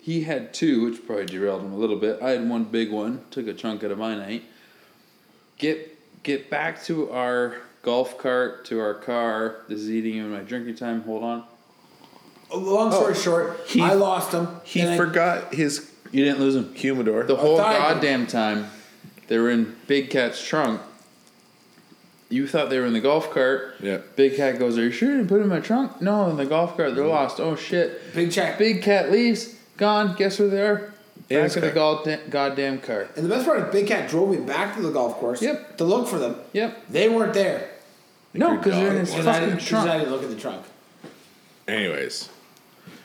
He had two, which probably derailed him a little bit. I had one big one, took a chunk out of my night. Get get back to our golf cart, to our car. This is eating in my drinking time. Hold on.
long story
Oh,
short,
he-
I lost him.
He
and I-
forgot his
You didn't lose him.
humidor.
The whole
thought I-
goddamn time they were in Big Cat's trunk. You thought they were in the golf cart.
Yeah.
Big Cat goes, Are you sure you didn't put it in my trunk? No, in the golf cart. They're
Mm-hmm.
lost. Oh shit.
Big check.
Big Cat leaves. Gone. Guess where they are?
In
Back
his
of the goddamn, goddamn cart.
And the best part is Big Cat drove me back to the golf course
Yep.
to look for them.
Yep.
They weren't there.
No,
your
because they're
dog
in his
Because I,
fucking
didn't- 'cause I
trunk.
didn't look at the trunk.
Anyways,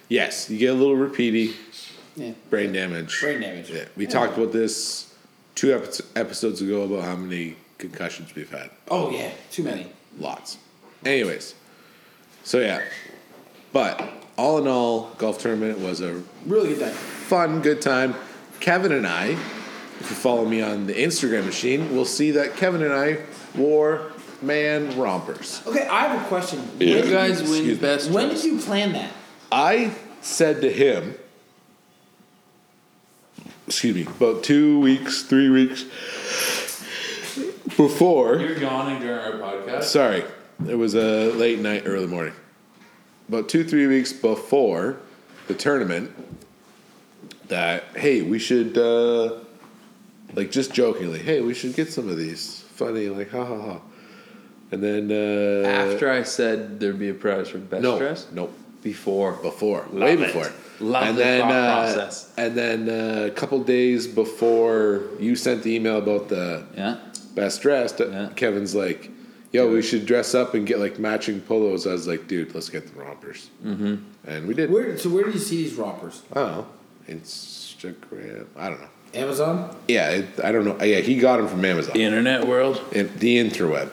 yes, you get a little repeaty
Yeah.
brain damage.
Brain damage.
Yeah, we talked about this two epi- episodes ago about how many concussions we've had.
Oh yeah, too many.
Lots. Anyways, so yeah, but all in all, golf tournament was a
Really good day.
fun, good time. Kevin and I, if you follow me on the Instagram machine, will see that Kevin and I wore man rompers.
Okay, I have a question.
You guys
Excuse me.
win best.
When
dress.
did you plan that?
I said to him, excuse me, about two weeks, three weeks before.
You're yawning during our podcast.
Sorry, it was a late night, early morning. About two, three weeks before the tournament, that hey, we should uh, like just jokingly, hey, we should get some of these funny, like ha ha ha, and then uh,
After I said there'd be a prize for best
no,
dress,
nope,
before.
before,
Love
way
it.
before.
Love
and
the
then,
thought
uh,
process.
And then uh, a couple days before you sent the email about the
Yeah.
best dressed,
Yeah.
Kevin's like, "Yo, we should dress up and get like matching polos." I was like, "Dude, let's get the rompers." Mm-hmm. And we did.
Where so where do you see these rompers?
I don't know. Instagram. I don't know.
Amazon?
Yeah, it, I don't know. Yeah, he got them from Amazon.
Internet world.
in the interweb.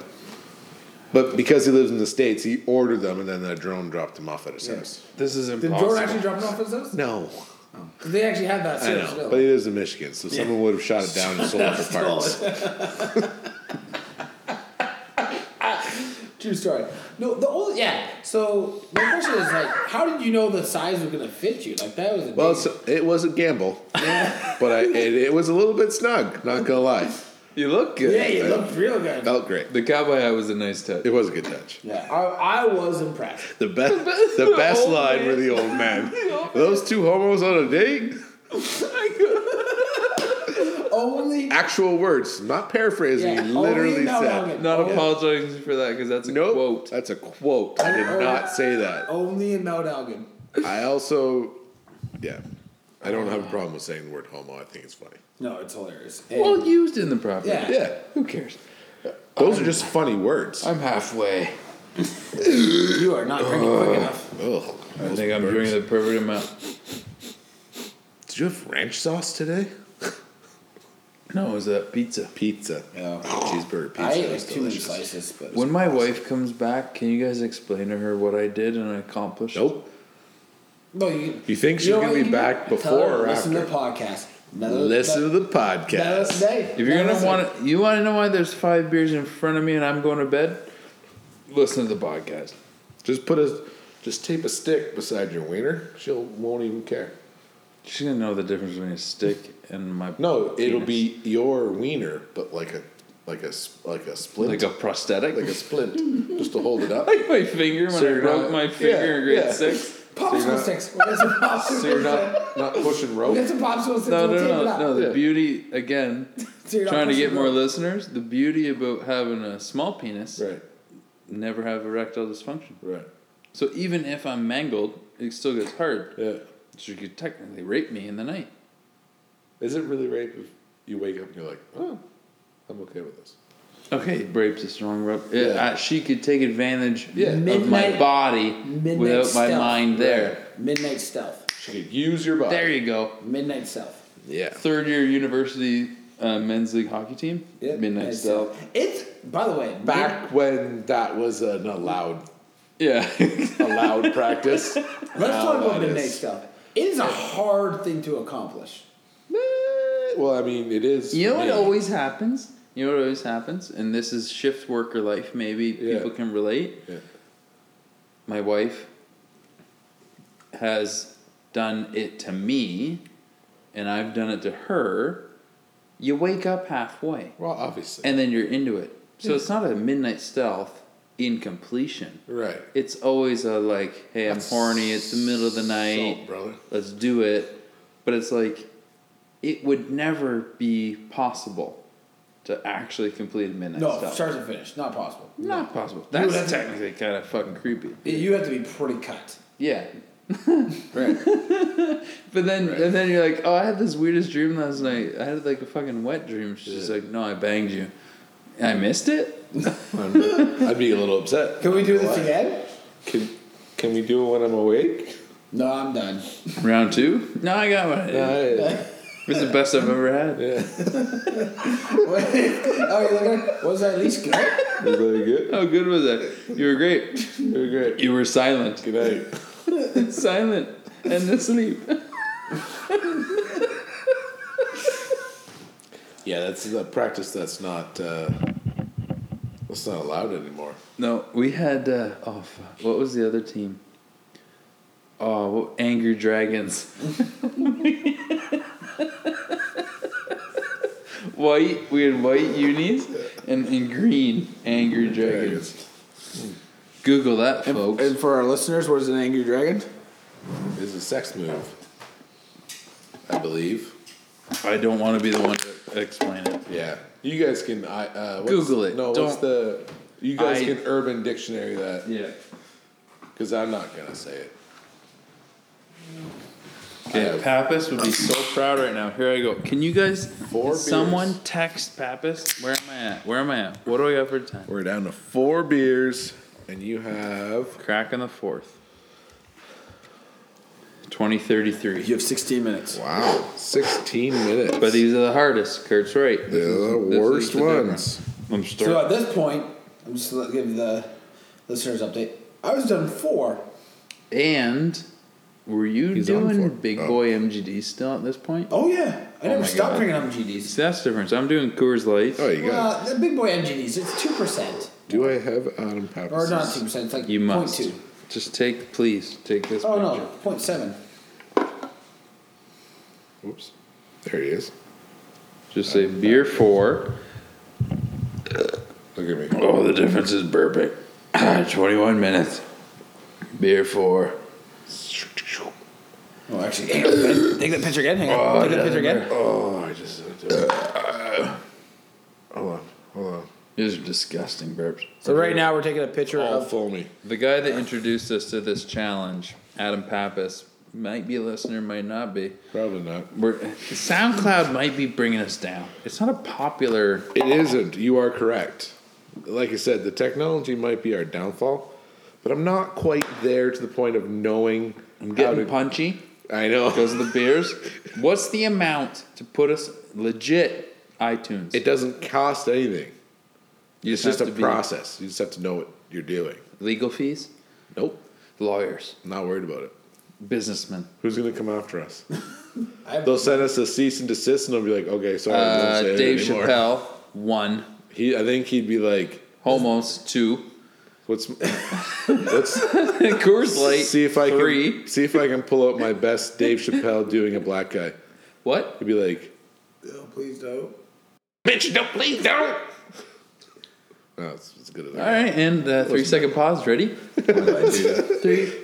But because he lives in the states, he ordered them, and then the drone dropped them off at his house.
This is
Did
impossible.
Jordan actually drop it off his house?
No,
Because they actually had that
I
service.
know, but he lives in Michigan, so someone would have shot it down and sold it for parts.
True story. No, the only yeah. So my question is like, how did you know the size was gonna fit you? Like that was a
Well, so it was a gamble, but I, it, it was a little bit snug. Not gonna lie,
You look good.
yeah, you looked real good.
felt great.
The cowboy hat was a nice touch.
It was a good touch.
Yeah, I, I was impressed.
The best,
best-
the
the
best
old
line
man.
were the old man.
old
Those two homos on a date.
Only
Actual words, not paraphrasing.
Yeah,
he
only
literally
now
said.
Logan.
Not
Yeah.
apologizing for that because that's a
Nope,
quote.
that's a quote. I did
Oh.
not say that.
only in Mount Elgin.
I also, yeah, I don't have a problem with saying the word homo. I think it's funny.
No, it's hilarious. And-
Well used in the proper.
Yeah.
Yeah,
Who cares?
those are just funny words.
I'm halfway.
you are not drinking quick enough.
Ugh.
I think I'm drinking the perfect amount.
Did you have ranch sauce today?
No, it was a pizza.
Pizza.
Yeah.
Cheeseburger pizza.
I ate
was
like two many
delicious.
slices, but
When my wife comes back, can you guys explain to her what I did and accomplished?
Nope.
no, you,
You think she's
know
gonna
what
be
you
back
do?
before
Tell her,
or
listen
after?
to the podcast. Another,
Listen to the
another
podcast.
day.
If you're
Another
gonna
day.
want, to, you want to know why there's five beers in front of me and I'm going to bed. Listen to the podcast.
Just put a, just tape a stick beside your wiener. She'll won't even care.
She's gonna know the difference between a stick and my
No, it'll
penis.
be your wiener, but like a, like a, s- like a splint,
like a prosthetic,
like a splint, just to hold it up.
like my finger when
So
I
you're
broke
not-
my finger
yeah,
in grade
yeah.
six.
So you're
popsicle
not-
sticks. We'll get some popsicle
So you're not
sticks.
not pushing
We'll
rope.
get some popsicle sticks.
No,
we'll
no,
tape
no,
it up.
no. The
Yeah.
beauty again,
So you're not
trying to get
pushing
more
rope.
listeners. The beauty about having a small penis,
Right,
never have erectile dysfunction.
right.
So even if I'm mangled, it still gets hard.
Yeah.
She could technically rape me in the night.
Is it really rape if you wake up and you're like, oh, I'm okay with this?
Okay, rape's a strong rub.
Yeah.
uh, she could take advantage
Yeah.
of my
Midnight-
body
midnight
without my
stealth.
mind there.
Midnight Stealth.
She could use your body.
There you go.
Midnight Stealth.
Yeah.
Third year university uh, men's league hockey team.
Yeah,
Midnight Stealth.
It's by the way
Back when that was an allowed
Yeah.
allowed practice.
Let's
now
talk about
that
midnight
is-
stuff. It is a hard thing to accomplish.
Eh, Well, I mean, it is.
you know
for
what
me.
always happens? You know what always happens? And this is shift worker life. Maybe
Yeah.
people can relate.
Yeah.
My wife has done it to me, and I've done it to her. You wake up halfway.
Well, obviously.
and then you're into it. So it's not a midnight stealth in completion.
right.
It's always a like, hey, I'm
That's
horny. It's the middle of the
So,
night.
brother.
Let's do it. But it's like, it would never be possible to actually complete a midnight
No,
stealth.
start to finish, not possible.
Not possible.
would
That's
have to-
technically kind of fucking creepy.
You have to be pretty cut.
Yeah.
Right.
But then,
Right.
and then you're like, oh, I had this weirdest dream last night. I had like a fucking wet dream. She's just like, no, I banged you. I missed it.
I'm- I'd be a little upset.
Can we do
Why?
this again?
Can Can we do it when I'm awake?
No, I'm done.
Round two? No, I got one.
Uh, Yeah.
It's the best I've ever had.
What- oh, you looking? Was I at least good?
Was that good?
How good was that? You were great.
You were great.
You were silent.
Good night.
silent and asleep.
Yeah, that's a practice that's not uh, that's not allowed anymore.
No, we had, uh, oh, fuck. what was the other team? Oh, Angry Dragons. white, we had white unis and, and green Angry Dragons. Google that,
And,
folks.
and for our listeners, what is an angry dragon?
It's a sex move, I believe.
I don't want to be the one to explain it.
Yeah, you guys can. I uh, what's,
Google it.
No, what's
Don't-
the? You guys
I-
can Urban Dictionary that
Yeah.
because I'm not gonna say it.
Okay,
I-
Pappas would be so proud right now. Here I go. Can you guys?
Four
can someone
beers.
text Pappas. Where am I at? Where am I at? What do I got for time?
We're down to four beers, and you have
Crack on the fourth. Twenty thirty three.
You have 16 minutes.
wow, sixteen minutes.
But these are the hardest. Kurt's right.
They're the
This is
worst
the big
ones.
one. I'm
So
starting.
at this point, I'm just going to give the listeners update. I was done four.
And were you
He's on
doing
for-
Big
oh.
Boy MGD still at this point?
Oh, yeah. I never
my God.
stopped drinking MGDs.
See, that's the difference. I'm doing Coors Light.
Oh, you got. it.
Well, Uh, the big boy MGDs, it's 2%.
Do I have Adam
Or not
Pappas?
2%, it's like
You must.
0.2.
Just take, please, take this
Oh,
picture.
no, 0.7.
Oops, there he is.
Just say beer four.
Look at me.
Oh, the difference is burping. 21 minutes. Beer four.
Oh, actually, hang on. take that picture again. Hang on. take that picture again.
Oh, I just. uh, hold on, hold on.
These are disgusting burps.
So right now we're taking a picture
All
of.
foamy.
The guy that introduced us to this challenge, Adam Pappas, might be a listener, might not be.
Probably not.
We're, SoundCloud might be bringing us down. It's not a popular.
It isn't. You are correct. Like I said, the technology might be our downfall, but I'm not quite there to the point of knowing
I'm
how
getting
to.
punchy
I know
because of the beers. What's the amount to put us legit iTunes?
it doesn't cost anything.
You
It's just
have
a
to be-
process. You just have to know what you're doing.
Legal fees,
Nope,
lawyers,
not worried about it.
businessmen.
Who's gonna come after us?
I-
They'll send us a cease and desist, and they'll be like, "Okay, sorry, I won't
Uh,
say it
Dave
anymore."
Chappelle, one.
He, I think he'd be like,
Homos, two.
"What's? let's
Coors Light,
see if I
three.
can see if I can pull out my best Dave Chappelle doing a black guy."
What?
He'd be like,
Oh, please don't.
Bitch, don't please don't. No, it's, it's good as
All
that.
right, and uh, three second pause. Ready? three.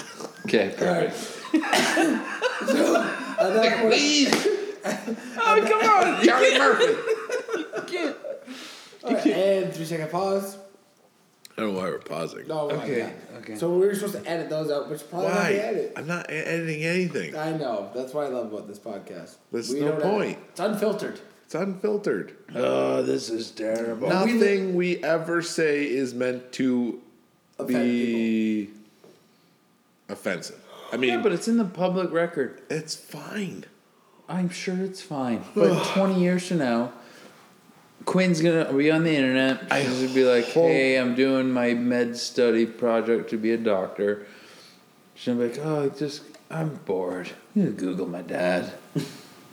Oh, Okay. All right.
At that point,
Oh, come on. You
Charlie Murphy.
can't.
all right, and three second pause.
I don't know why we're pausing.
No, oh
Okay,
my God.
okay.
So we were supposed to edit those out, which probably won't be
Why?
edited.
I'm not e- editing anything.
I know. That's what I love about this podcast.
There's
We
no
don't edit.
point.
It's unfiltered.
It's unfiltered.
Oh, this is terrible.
we li-
Nothing we, ever say is meant to
Offend
be offensive. I mean,
Yeah, but it's in the public record.
it's fine.
I'm sure it's fine. But 20 years from now, Quinn's gonna be on the internet. She's gonna be like,
hope-
"Hey, I'm doing my med study project to be a doctor." She's gonna be like, "Oh, I just I'm bored. I'm gonna Google my dad.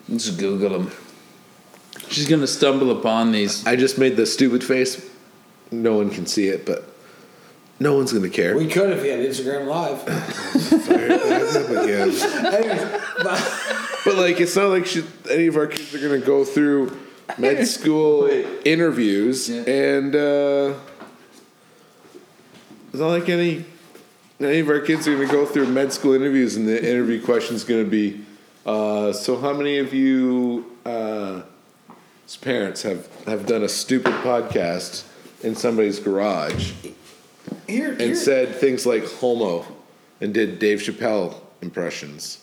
Let's Google him." She's gonna stumble upon these.
I just made the stupid face. No one can see it, but no one's gonna care.
We could if we had Instagram Live.
Fire that up again.
Anyways, but-
But like, it's not like she, any of our kids are gonna go through med school interviews,
Yeah.
and uh, it's not like any any of our kids are gonna go through med school interviews, and the interview question's gonna be, uh, so how many of you uh, as parents have have done a stupid podcast in somebody's garage
here,
and
here-
said things like homo, and did Dave Chappelle impressions?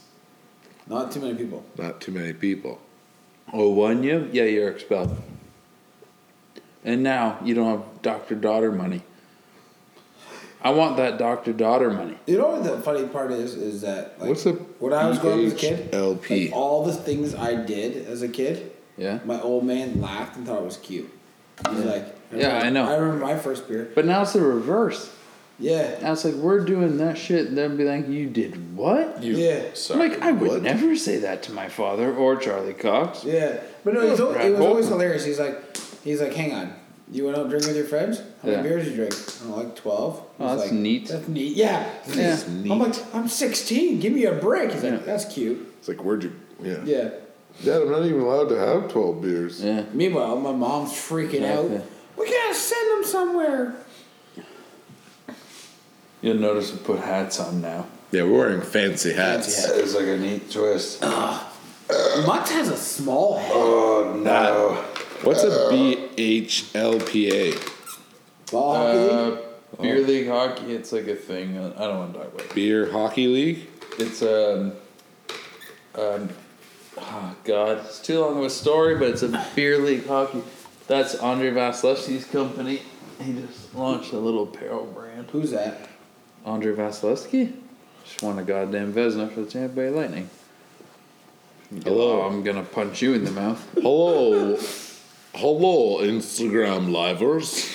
not too many people.
Not too many people.
Oh, won you? Yeah, you're expelled. And now you don't have doctor daughter money. I want that doctor daughter money.
You know what the funny part is? Is that like,
What's a
when I was growing up as a kid,
PHLP?
like, all the things I did as a kid,
Yeah.
my old man laughed and thought it was cute. He's like,
Yeah, I know.
I remember my first beer.
But now it's the reverse.
Yeah,
Now it's like we're doing that shit, and they'll be like, "You did what?"
You-
Yeah.
I'm
Sorry.
like, I would
what?
never say that to my father or Charlie Cox.
yeah. But no, he's al-
Brad
it was always
Bolton.
hilarious. He's like, he's like, hang on, You went out drinking with your friends? How
Yeah.
many beers did you drink? Oh, like 12. He's
that's
like,
neat.
That's neat. Yeah.
Yeah.
I'm like, I'm 16. Give me a break. He's like,
Yeah.
that's cute.
It's like, where'd you? Yeah.
Yeah.
Dad, I'm not even allowed to have 12 beers.
Yeah.
Meanwhile, my mom's freaking
Okay.
out. We gotta send them somewhere.
You'll notice we put hats on now.
Yeah, we're wearing fancy hats.
Fancy
It's like a neat twist.
Mutz has a small head.
Uh,
Oh, no.
What's a BHLPA?
Ball hockey league?
Uh, beer league hockey, it's like a thing. I don't want to talk about it.
Beer Hockey League?
It's um, um, oh God, it's too long of a story, but it's a beer league hockey. That's Andre Vasilevsky's company. He just launched a little apparel brand.
Who's that?
Andre Vasilevsky just won a goddamn Vesna for the Tampa Bay Lightning.
Hello.
Oh, I'm gonna punch you in the mouth.
Hello. Hello, Instagram livers.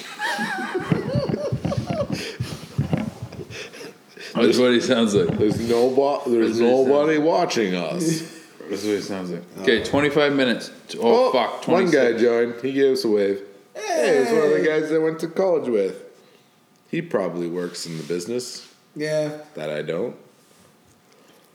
That's what he sounds like.
There's nobody. There's
That's what it
nobody watching us.
That's what he sounds like. Okay, 25 minutes. Oh,
Oh,
fuck.
One
26.
guy joined. He gave us a wave. Hey, it's one of the guys that went to college with. He probably works in the business
Yeah.
that I don't.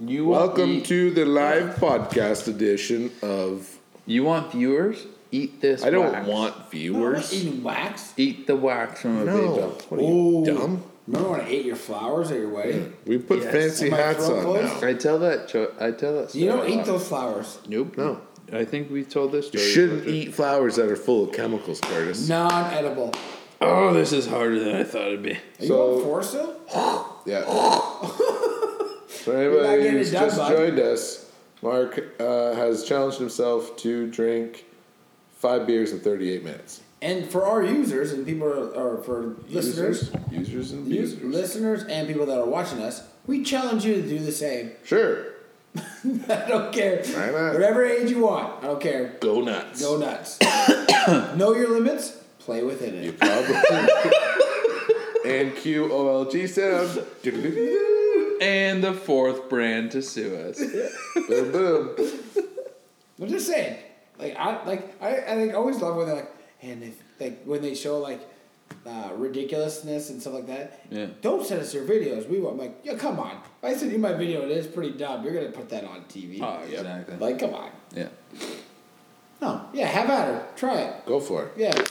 You
Welcome
want
to the live podcast edition of.
You want viewers? Eat this.
I don't
wax.
want
Worse?
viewers.
Eating wax?
Eat the wax from a vape
No.
pen.
What are you
Ooh.
dumb?
Remember when I ate your flowers at your wedding?
We put
Yes.
fancy
Am I
hats
throat
on
closed?
now.
I tell that. Cho- I tell that.
You don't
story a
eat
lot.
those flowers.
Nope.
No.
I think we told this.
You
Story
shouldn't eat flowers that are full of chemicals, Curtis.
Non edible.
Oh, this is harder than I thought it'd be.
Are you
So-
on four still?
Yeah. For
not
anybody
getting
who's
it done,
just
bud.
joined us, Mark uh, has challenged himself to drink five beers in 38 minutes.
And for our users and people, or for listeners,
Users and
use-
abusers.
listeners and people that are watching us, we challenge you to do the same.
Sure.
I don't care.
Why not?
Whatever age you want, I don't care.
Go nuts.
Go nuts. know your limits. Play within it.
Probably. and Q O L G sound. Doo-doo-doo-doo.
And the fourth brand to sue us.
boom, boom.
I'm just saying. Like I like I, I think I always love when they're like and if like when they show like uh, ridiculousness and stuff like that.
Yeah.
Don't send us your videos. We want like yeah, come on. If I send you my video, and it's pretty dumb. You're gonna put that on TV.
Oh, exactly.
Like come on.
Yeah.
No. Yeah, have at her. Try it.
Go for it.
Yeah.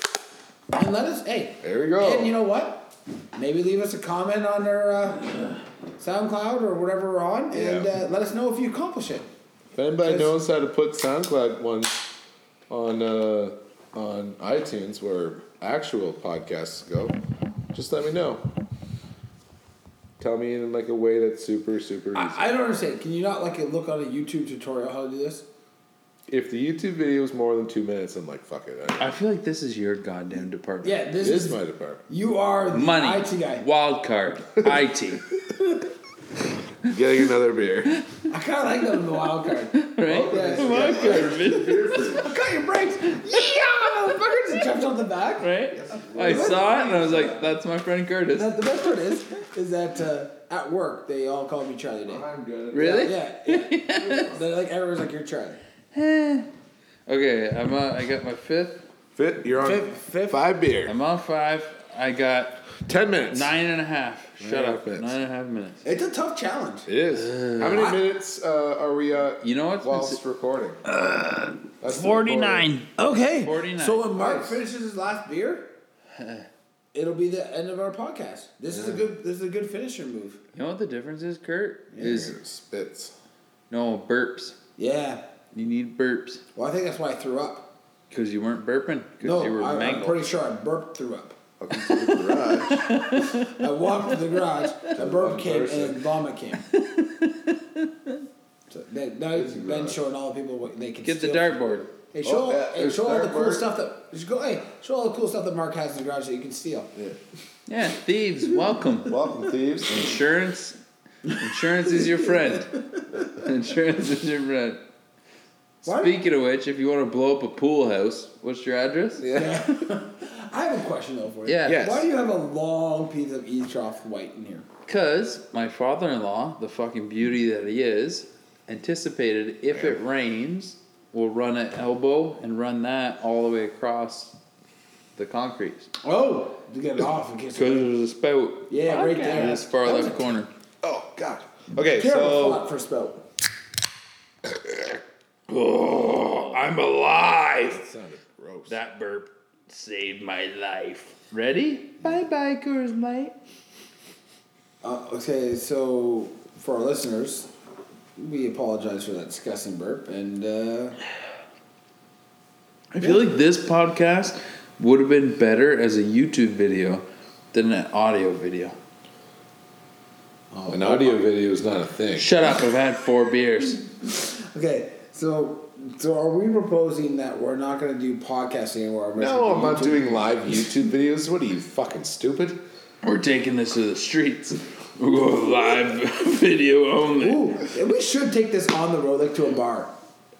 And let us hey.
There we go.
And you know what? Maybe leave us a comment on our uh, SoundCloud or whatever we're on, and
Yeah.
uh, let us know if you accomplish it.
If anybody
Just-
knows how to put SoundCloud ones on uh, on iTunes where actual podcasts go, just let me know. Tell me in like a way that's super super easy.
I, I don't understand. Can you not like look on a YouTube tutorial how to do this?
if the YouTube video is more than two minutes, I'm like fuck it. I,
I feel like this is your goddamn department.
Yeah, this
this
is,
is my department.
you are the
Money.
IT guy.
Wild card. IT.
Getting another beer.
I kind of like that in the wild card.
Right?
Yeah.
Wild card.
Cut your brakes! Yeah, motherfuckers! It jumped on the back.
Right? I saw it and I was like, that's my friend Curtis.
That- the best part is, is that uh, at work they all call me Charlie Day.
I'm good.
Really?
Yeah. yeah. They're like everyone's like you're Charlie.
Okay, I'm on, I got my fifth.
Fit, you're on
Fifth- fifth.
five beer.
I'm on five. I got
Ten minutes.
nine and a half. Shut
and a
up.
half minutes.
Nine and a half minutes.
It's a tough challenge.
It is.
How many minutes uh, are we uh,
You know what's been
whilst
s-
recording?
uh,
That's the recording.
Okay.
49.
So when Mark
Nice.
finishes his last beer, it'll be the end of our podcast. This is a good. This is a good finisher move.
You know what the difference is, Kurt? Is
Spits.
no burps.
Yeah.
You need burps
Well, I think that's why I threw up.
because you weren't burping because
No,
you were
I, am
mangled.
pretty sure I burped through up.
Welcome to the garage.
I walked to the garage, a burp came, and
person.
then vomit came. So that, now Ben's showing all the people what they can
Get the
steal.
dartboard.
Hey, show,
Oh, yeah,
hey,
there's
show all the cool
dartboard.
stuff that. Just go, hey, show all the cool stuff that Mark has in the garage that you can steal.
Yeah, thieves, welcome.
Welcome, thieves.
Insurance, insurance is your friend. Insurance is your friend.
Why-
Speaking of which, if you want to blow up a pool house, what's your address?
I have a question though for you.
Yeah. Yes.
Why do you have a long piece of Eastroff white in here?
Because my father in law, the fucking beauty that he is, anticipated if it rains, we'll run an elbow and run that all the way across the concrete.
Oh, to get it off in case.
Because there's a spout
Yeah, right
Okay.
there.
in this far
That was
left
a
corner.
Oh God.
Okay,
Terrible
so
thought for spout.
oh, I'm alive.
Sounded gross.
That burp saved my life. Ready? Bye bye, Coors Light.
Uh, okay, so for our listeners, we apologize for that disgusting burp, and uh,
I feel like this podcast would have been better as a YouTube video than an audio video.
An audio video is not a thing.
Shut up, I've had four beers.
okay, so so are we proposing that we're not going to do podcasts anymore? We're just
No, I'm
gonna
not
do
doing live YouTube videos. What are you fucking stupid?
We're taking this to the streets. We're going live video only.
YouTube. Ooh, and we should take this on the road, like to a bar,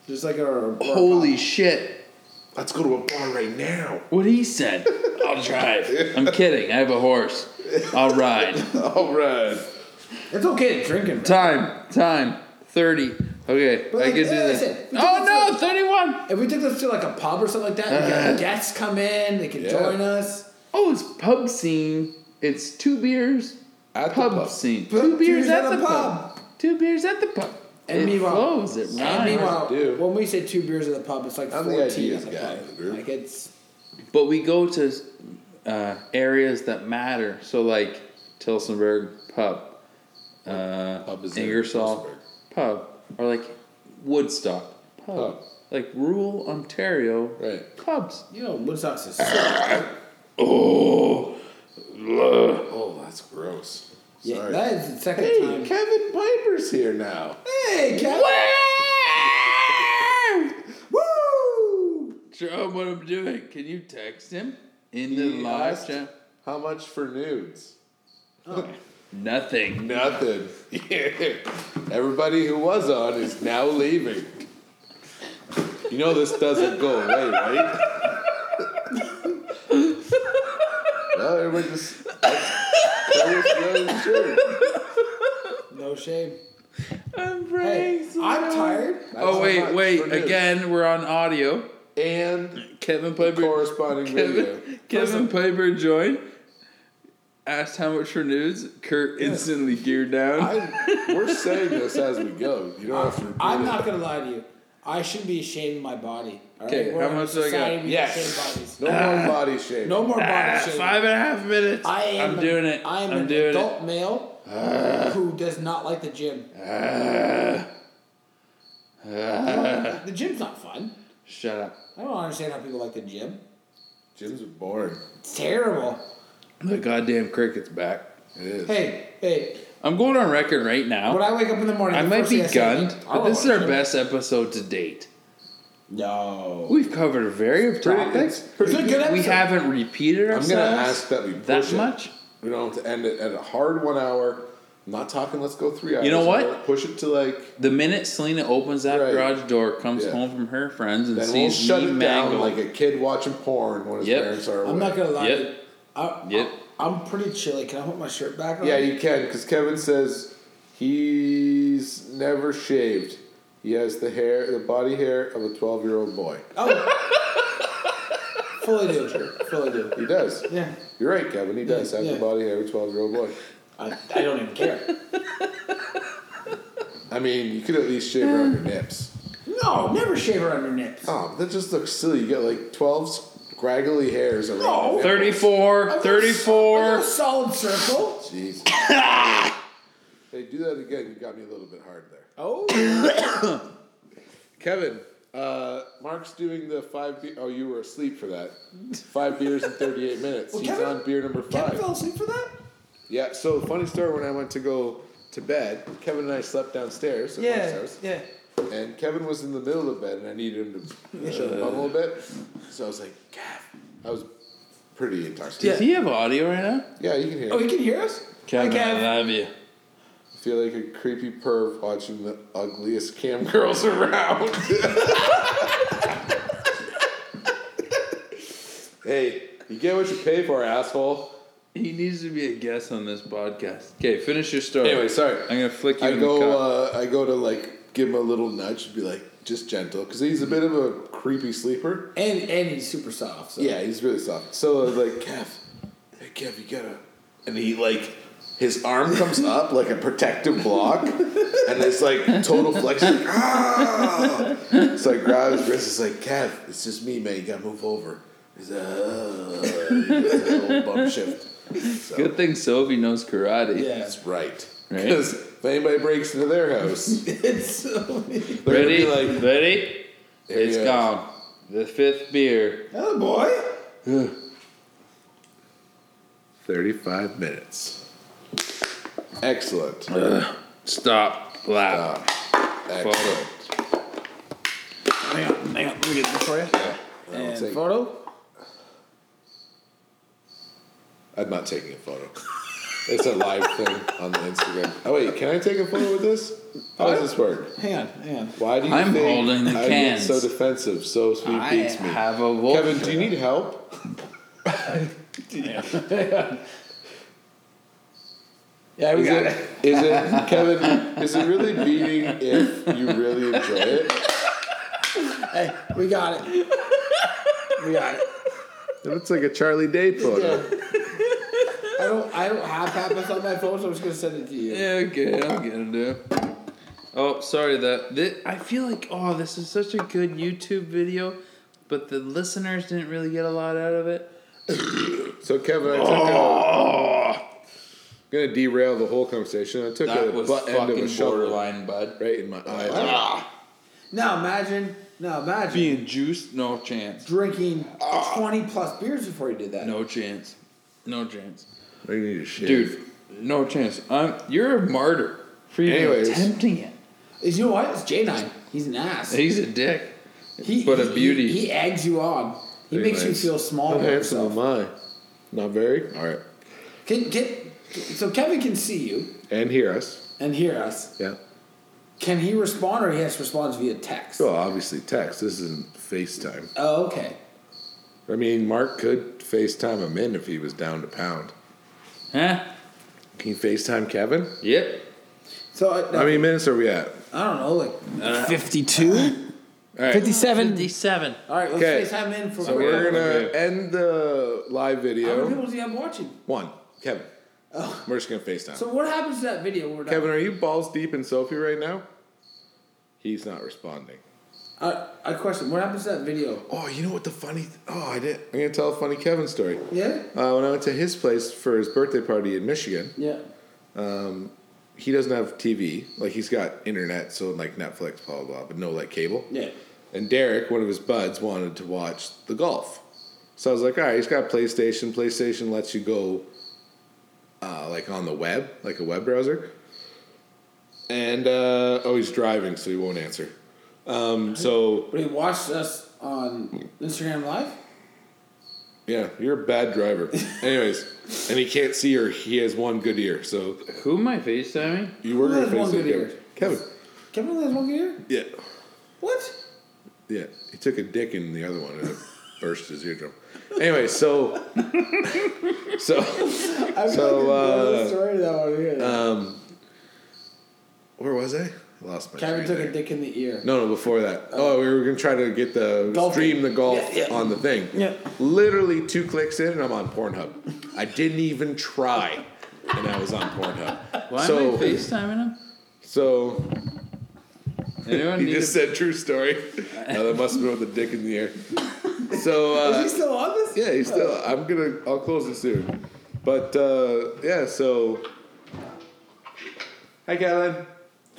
just like our our
Holy shit.
Let's go to a bar right now.
What he said. I'll drive. I'm kidding. I have a horse. I'll ride.
All right.
It's okay to drink and
Time. Time. 30. Okay.
But
I can
like,
do
yeah,
this.
that's it. We took
Oh
this
no, 31.
If we took this to like a pub or something like that, we could have guests come in, they can
Uh-huh. Yeah.
join us.
Oh, it's pub scene. It's two beers.
At the
pub,
pub.
scene.
Pub
two beers at the, pub.
pub.
Two beers at the pub.
And
it
meanwhile-
flows. It
And
rhymes.
meanwhile,
do.
when we say two beers at the pub, it's like
I'm the
fourteen
ideas
at the
guy in the
pub.
group.
Like it's
But we go to uh, areas that matter. So like Tilsonburg pub, uh,
Pub is in
Ingersoll pub, or like Woodstock pub.
Pub.
Like rural Ontario
Right.
pubs.
you know Woodstock's a city.
Oh,
Oh, that's gross.
yeah,
Sorry.
that is the second
hey,
time.
Kevin Piper's here now.
Hey, Kevin! Woo!
John, what I'm doing? Can you text him in the
He
live
asked-
chat?
How much for nudes?
Nothing.
Nothing. Everybody who was on is now leaving. You know this doesn't go away, right? well, everybody just. that's- that was really true.
Oh,
No shame.
I'm
Hey,
praying.
I'm tired.
Oh
That's how
wait,
much
wait.
for nudes.
Again, we're on audio.
And
Kevin Piper
corresponding video.
Kevin, Kevin Piper joined. Asked how much for nudes. Kurt instantly geared down.
I, we're saying this as we go. You don't have to. Repeat
I'm
it.
not gonna lie to you. I should be ashamed of my body. all
Okay,
We're
how
in a
much do I
society
got?
we
Yes.
shame bodies.
No more body shaming.
Ah. No more body
Ah,
shaming.
five and a half minutes.
I am
I'm doing it.
I am
I'm
an
doing
adult male who does not like the gym. the gym's not fun.
it. Shut up.
I don't understand how people like the gym.
Jim's boring.
It's terrible.
The goddamn cricket's back.
It is.
Hey, hey.
I'm going on record right now.
When
I,
I wake up in the morning, the
might
first
be
thing I say,
gunned,
I
but
don't
this is
wanna
our
gym.
best episode to date.
No.
We've covered a variety of topics.
It's a good episode.
we haven't repeated
I'm
ourselves.
gonna ask that we push
that
it.
much.
We don't have to end it at a hard one hour. I'm not talking. Let's go three hours.
You know
I'm
what?
gonna Push it to like.
The minute Selena opens that
Right.
garage door, comes
Yeah.
home from her friends, and
Then we'll
sees
shut
me
it
mangled.
down like a kid watching porn when his
Yep.
parents are.
I'm
away.
not gonna lie.
Yep.
to you. I,
Yep.
I, am pretty chilly. Can I put my shirt back on?
Yeah, you can because Kevin says he's never shaved. He has the hair, the body hair of a 12 year old boy.
Oh. Fully do. Fully do.
He does.
Yeah.
You're right, Kevin. He does have
yeah.
the body hair of a 12 year old boy.
I, I don't even care.
I mean, you could at least shave around your nips.
No, never shave around your nips.
Oh, but that just looks silly. You got like 12 scraggly hairs around.
No.
your nip.
34,
I got
34.
A solid circle.
Jeez. hey, do that again. You got me a little bit hard there.
Oh,
Kevin, uh, Mark's doing the five. Be- oh, you were asleep for that. Five beers in 38 minutes.
Well,
He's
Kevin-
on beer number
Kevin
five.
fell asleep for that?
yeah, so funny story when I went to go to bed, Kevin and I slept downstairs. At Mark's house.
yeah.
And Kevin was in the middle of bed, and I needed him to shut him up a little bit. So I was like, Kev. I was pretty
Does
intoxicated.
he have audio right now?
Yeah, you can hear.
Oh,
it.
he can hear us? Hi, Kev.
I love you.
I feel like a creepy perv watching the ugliest cam girls around. hey, you get what you pay for, asshole.
He needs to be a guest on this podcast. Okay, finish your story.
Anyway, sorry.
I'm gonna flick you
I
in the
go.
cup.
Uh, I go to like
give him a little nudge, be like, just gentle, because he's a bit of a creepy sleeper.
And and he's super soft. So.
Yeah, he's really soft. So I was like, Kev, hey Kev, you gotta. And he like, his arm comes up like a protective block, and it's like total flex. Like, ah! So I grab his wrist. It's like, Kev, it's just me, man. You gotta move over. He's like, "Ugh." It's a little bump shift. So,
Good thing Sophie knows karate.
Yeah.
That's right.
Right?
Because if anybody breaks into their house,
It's so.
they're gonna
Ready?
be like,
Ready?
There
It's
he
gone. The fifth beer.
Hello, boy.
35 minutes.
Excellent.
Stop. Laugh.
Ah, excellent.
Hang on, hang on. Let me get this for you.
I'll
And
take-
photo.
I'm not taking a photo. It's a live thing on the Instagram. Oh wait, can I take a photo with this? How does this work?
Hang on, hang on.
Why do you
I'm
think
holding the
I get
cans.
so defensive? So sweet
I
beats me.
Have a wolf.
Kevin, do you need help?
Yeah, we
Is
got
it,
it.
is it Kevin? Is it really beating if you really enjoy it?
Hey, we got it. we got it.
It looks like a Charlie Day photo.
I don't. I don't have Pappas on my phone, so I'm just gonna send it to you.
Yeah, okay, I'm gonna do. Oh, sorry that thi- I feel like oh, this is such a good YouTube video, but the listeners didn't really get a lot out of it.
So Kevin, I took
Oh.
a, gonna derail the whole conversation. I took a
That was
butt end of a
fucking
shovel
borderline, bud.
right in my eye.
Now imagine. Now imagine
Being juiced, no chance.
drinking twenty plus beers before you did that.
Ah. No chance. No chance.
I need to shave.
Dude, no chance. I'm you're a martyr for even
Anyways.
attempting it.
Is you know what? It's J nine. He's an ass.
He's a dick.
He,
but a
he-
beauty.
He, eggs you on. He
Very
makes
nice.
you feel small.
How
about
handsome
yourself.
am I? Not very.
All right.
Can, can, so Kevin can see you
And hear us.
and hear us.
Yeah.
Can he respond, or he has to respond via text?
Well, obviously text. This isn't FaceTime.
Oh, okay.
I mean, Mark could FaceTime him in if he was down to pound.
Huh?
Can you FaceTime Kevin?
Yep.
So I,
How many minutes are we at?
I don't know, like fifty-two,
All right.
fifty-seven.
Fifty-seven.
All right, let's
Okay.
FaceTime in for
So we're gonna
Okay.
end the live
How many
video.
people do you have watching?
One, Kevin. We're just gonna FaceTime.
So what happens to that video? when We're done?
Kevin, are you balls deep in Sophie right now? He's not responding.
Uh, a question. What happens to that video?
Oh, you know what the funny? Th- oh, I did. I'm gonna tell a funny Kevin story.
Yeah.
Uh, when I went to his place for his birthday party in Michigan,
Yeah.
he doesn't have TV. Like he's got internet, so like Netflix, blah blah, blah but no like cable.
Yeah.
And Derek, one of his buds, wanted to watch the golf. So I was like, all right, he's got PlayStation. PlayStation lets you go uh, like on the web, like a web browser. And uh, oh, he's driving, so he won't answer. Um, so
But he watched us on Instagram Live.
yeah, you're a bad driver. Anyways, and he can't see or he has one good ear. So
Who am I FaceTiming?
you were
Who
gonna
has one
face
good
Kevin.
ear?
Kevin.
Kevin only has one ear.
Yeah,
What?
yeah. He took a dick in the other one and it burst his eardrum. Anyway, so so.
I
So, uh,
story that I want to hear. that.
Um, where was I? I lost my.
Kevin
train
took
there.
a dick in the ear.
No, no, before that. oh, we were gonna try to get the
Golf.
stream the golf
Yeah, yeah.
on the thing.
Yeah.
Literally two clicks in, and I'm on Pornhub. I didn't even try, and I was on Pornhub.
Why am I
so,
FaceTiming him?
so
Anyone
he
need
just
a-
said true story. Oh, that must have been with a dick in the air. So uh,
Is he still on this?
Yeah, he's still. I'm gonna. I'll close it soon. But uh, yeah, so. Hi, Kevin.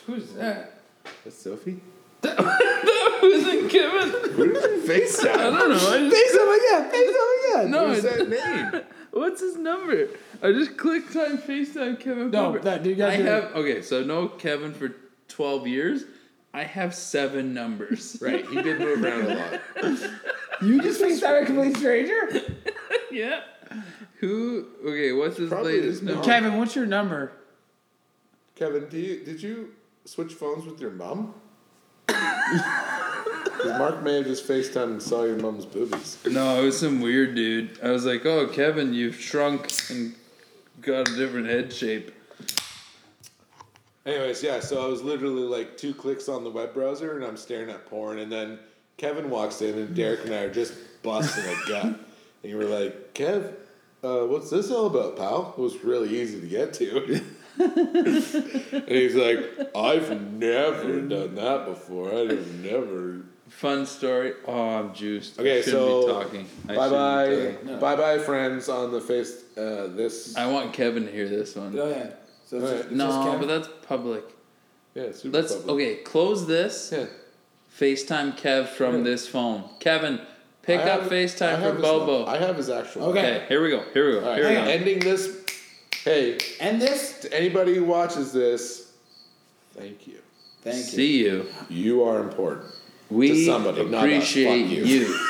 Who's that?
That's Sophie.
That wasn't Kevin.
Who did you face
I
out?
don't know. I just,
Face up again. Face up again.
no,
Who's
it's-
that name?
what's his number? I just clicked on FaceTime Kevin.
No,
Colbert.
that- you gotta
I
do it.
have okay. So no Kevin for twelve years. I have seven numbers.
Right, he did move around a lot.
You just face out a complete stranger.
yeah. Who? Okay. What's his
Probably
latest
his
number?
Kevin, what's your number?
Kevin, do you, did you switch phones with your mom?
'Cause Mark may have just FaceTimed and saw your mom's boobies.
No, it was some weird dude. I was like, oh Kevin, you've shrunk and got a different head shape.
Anyways, yeah, so I was literally like two clicks on the web browser and I'm staring at porn and then Kevin walks in and Derek and I are just busting a gut. And you were like, Kev, uh, what's this all about, pal? It was really easy to get to. and he's like, I've never done that before. I've never.
Fun story. Oh, I'm juiced. I
Okay,
shouldn't
so
be talking. I
bye
shouldn't
bye,
be
No.
bye bye, friends on the face. Uh, this
talking. I want Kevin to hear this one.
Oh yeah. So it's
Alright.
just, it's just
no,
Kevin.
but that's public.
yeah, super
Let's
public.
okay. Close this.
Yeah.
FaceTime Kev from this phone. Kevin, pick
I
up
have- I
FaceTime
have
for
his
Bobo.
num- I have his actual.
Okay.
okay, here we go. Here we go.
All right.
here we go.
Ending this. Hey,
and this.
to anybody who watches this, thank you.
Thank you.
See you.
You are important.
We
somebody, not us. Fuck
appreciate
you.
you.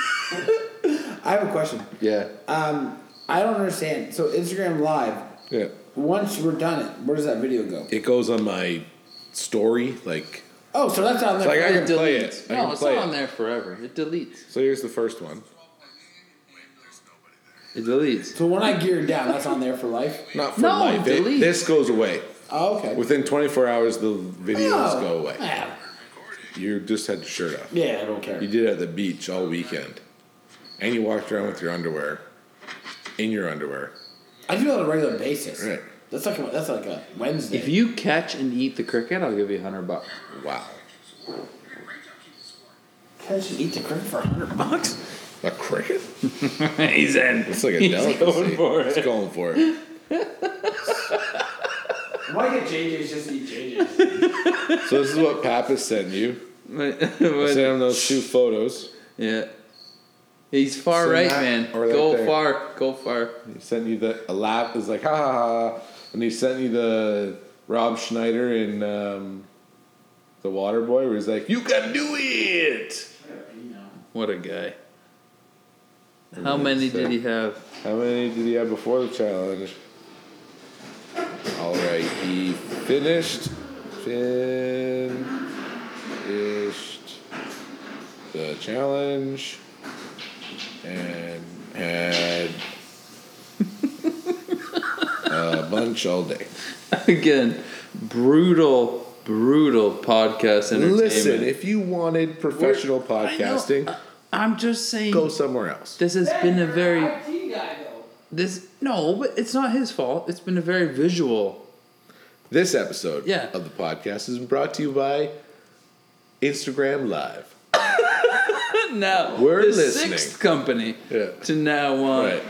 I have a question.
Yeah.
Um, I don't understand. So Instagram Live.
Yeah.
Once we're done it, where does that video go?
It goes on my story, like
Oh, so that's on there.
Like I
It
can play
deletes.
it. I
No,
can
it's
play
not
it.
on there forever. It deletes.
So here's the first one.
It deletes.
so when I geared down, that's on there for life.
Not for
No,
life. It-
delete.
this goes away.
Oh, okay.
Within 24 hours, the videos
Oh.
go away.
Yeah.
You just had your shirt off.
Yeah, I don't care.
you did at the beach all weekend, and you walked around with your underwear, in your underwear.
I do that on a regular basis.
Right.
That's like a, that's like a Wednesday.
If you catch and eat the cricket, I'll give you a hundred bucks.
Wow,
catch and eat the cricket for hundred bucks,
a cricket?
He's in.
It's like a
He's
delicacy.
going for
It's
it.
going for it.
why get JJ's just eat JJ's?
So this is what Pappas sent you. I sent him those two photos.
yeah. He's far
So
right,
that-
man.
or right
Go
there.
far. Go far.
He sent you the a laugh. It's like ha ha ha, and he sent you the Rob Schneider in um, the Water Boy, where he's like, "You can do it."
What a guy. How many did he have?
How many did he have before the challenge? All right, he finished. Finished the challenge and had a bunch all day.
Again, brutal, brutal podcast entertainment.
Listen, if you wanted professional
I know.
podcasting,
I- I'm just saying.
go somewhere else.
This has been a very this no, but it's not his fault. It's been a very visual.
This episode
Yeah.
of the podcast is brought to you by Instagram Live.
now
We're
the
listening.
sixth company
Yeah.
to now on.
Right.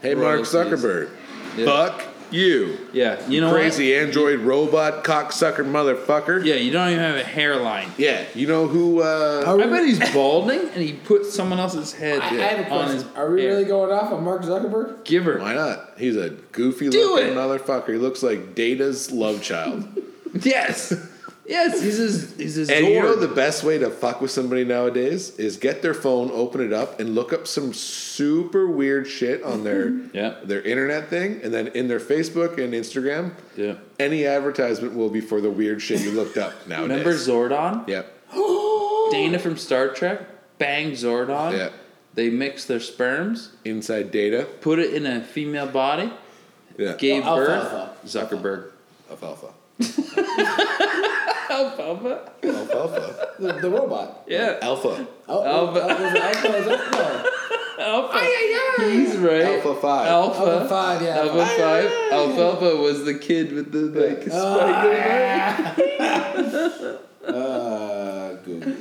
Hey,
Uh, Royalties.
Mark Zuckerberg.
Yeah.
Fuck you.
Yeah, you know what?
Crazy android robot cocksucker motherfucker.
Yeah, you don't even have a hairline.
Yeah, You know who, uh,
I bet he's balding and he put someone else's head
I, I have a
on his.
question. Are we
hair.
really going off on Mark Zuckerberg?
giver?
why not? He's a goofy
Do
looking
it.
motherfucker. He looks like Data's love child.
Yes, yes, he's his. He's his.
and you know
Zorg.
the best way to fuck with somebody nowadays is get their phone, open it up, and look up some super weird shit on their
Yeah.
their internet thing, and then in their Facebook and Instagram,
Yeah.
any advertisement will be for the weird shit you looked up nowadays.
Remember Zordon?
Yep.
Oh,
Dana from Star Trek. Bang Zordon.
Yeah.
They mix their sperms,
Inside data.
put it in a female body,
Yeah.
gave
Alpha,
birth.
alpha.
Zuckerberg.
Alfalfa.
Alpha.
Alfalfa.
The, the robot.
Yeah.
Alpha.
Oh,
Alpha.
oh, oh, is it Alpha, is it Alpha?
Alpha. He's right.
Alpha five.
Alpha.
Alpha five, yeah.
Alpha five. Alfalfa was the kid with the like spider leg.
Uh, Google.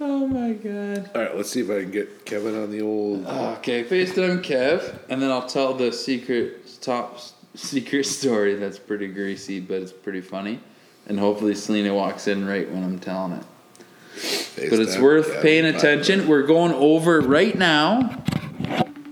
Oh my god.
All right, let's see if I can get Kevin on the old.
Okay, FaceTime Kev, and then I'll tell the secret top secret story that's pretty greasy, but it's pretty funny. And hopefully Selena walks in right when I'm telling it. But it's worth paying attention. We're going over right now.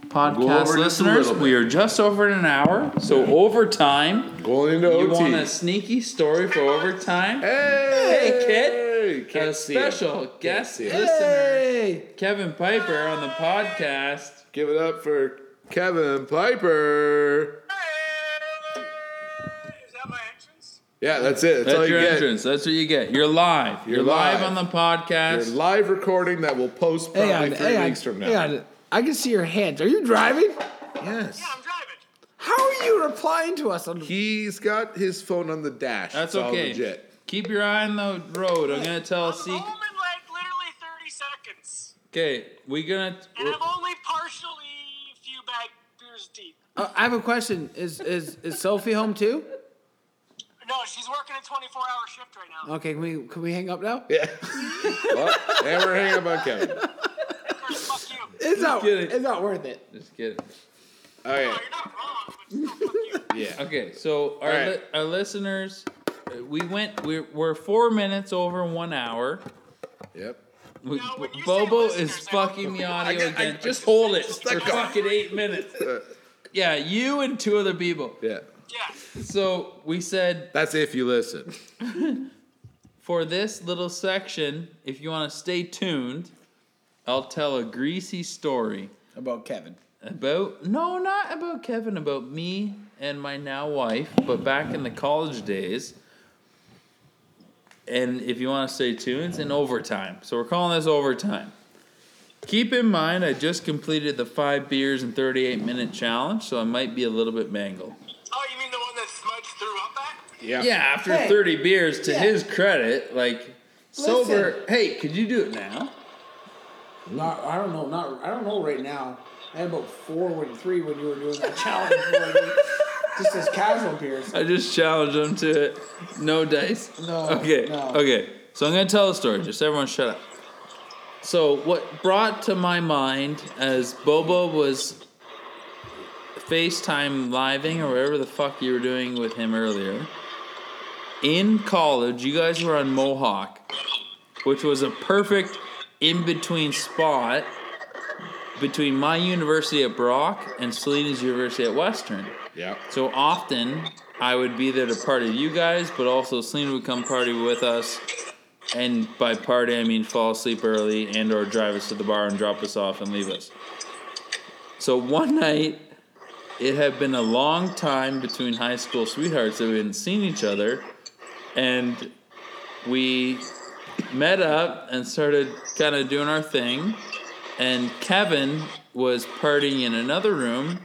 Podcast
over just a
listeners,
little bit.
we are just over an hour. So overtime.
Going into
You
OT.
want a sneaky story for overtime?
hey,
Hey, kid.
Can't
a
see him.
special guest
see him.
listener, Kevin Piper on the podcast.
Give it up for Kevin Piper.
Is that my entrance?
Yeah, that's it. That's, all
That's
you
your
get.
entrance. That's what you get. You're live. You're,
You're
live.
live.
on the
Your
podcast.
live recording that will post probably three weeks from now.
I can see your hands. Are you driving?
Yes.
Yeah, I'm driving.
How are you replying to us on
He's got his phone on the dash.
That's
It's all
okay.
legit.
Keep your eye on the road. I'm gonna tell
I'm
Seek.
home in like literally 30 seconds,
Okay, we're gonna.
and I'm only partially a few bag beers deep.
Uh, I have a question. Is is is Sophie home too?
No, she's working a 24-hour shift right
Uh.
now.
Okay, can we can we hang up now?
Yeah.
Well, and we're hanging up on Kevin.
Of course, fuck you.
It's not
kidding.
it's not worth it.
Just kidding.
No, you're not wrong, but still fuck you.
Oh, Yeah.
Okay, so our
right.
li- our listeners, uh, we went. We're, we're four minutes over one hour.
Yep.
We,
Now, when you say
Bobo
listeners,
is
I
fucking
don't-
the audio
I- I-
again.
I-
just hold it
Just
for
let go.
fucking eight minutes. Yeah, you and two other people.
Yeah.
Yeah.
So we said
That's if you listen.
for this little section, if you want to stay tuned, I'll tell a greasy story
About Kevin.
about no, not about Kevin, about me and my now wife, but back in the college days. And if you want to stay tuned, it's in overtime. So we're calling this overtime. Keep in mind, I just completed the five beers and 38 minute challenge, so I might be a little bit mangled.
Oh, you mean the one that Smudge threw up at?
Yeah.
Yeah, after
Hey.
30 beers, to
Yeah.
his credit, like sober. Hey, could you do it now?
Not I don't know, not I don't know right now. I had about four when three when you were doing that challenge like, just as casual beers.
I just challenged him to it. No dice.
No,
Okay.
no.
Okay. So I'm gonna tell a story. Just everyone, shut up. So what brought to my mind as Bobo was FaceTime living or whatever the fuck you were doing with him earlier. In college, you guys were on Mohawk, which was a perfect in between spot between my university at Brock and Selena's university at Western.
Yeah.
So often I would be there to party with you guys, but also Selena would come party with us. And by party I mean fall asleep early and or drive us to the bar and drop us off and leave us. So one night it had been a long time between high school sweethearts that we hadn't seen each other and we met up and started kind of doing our thing and Kevin was partying in another room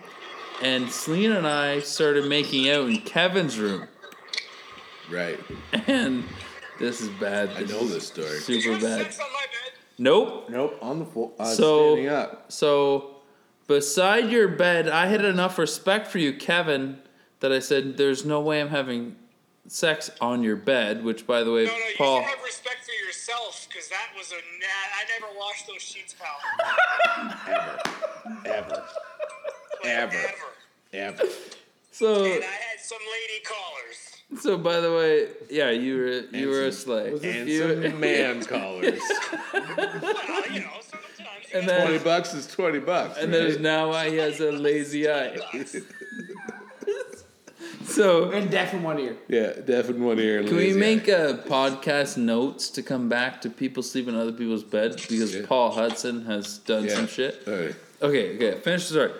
and Selena and I started making out in Kevin's room.
Right.
And this is bad.
I know
is
this story.
You
Super
had
bad.
sex on my bed.
Nope.
Nope. On the floor. Uh,
So-
standing up.
So, beside your bed, I had enough respect for you, Kevin, that I said, "There's no way I'm having sex on your bed." Which, by the way,
No, no, you
Paul.
should have respect for yourself, because that was a nah, I never washed those sheets, pal. Like,
Ever. Ever. Ever. Ever.
So,
And I had some lady callers.
so by the way, yeah, you were you were a slay.
And
You-
some man callers.
Well, you know, sometimes. you
And
gotta-
then-
20 bucks is 20 bucks.
and
right?
that is now why he has a lazy eye. so.
And deaf in one ear.
Yeah, deaf in one ear. and
Can we
lazy
make
eye.
uh, podcast notes to come back to people sleeping in other people's beds because
Yeah.
Paul Hudson has done
Yeah.
some shit?
All right.
Okay, okay, finish the story.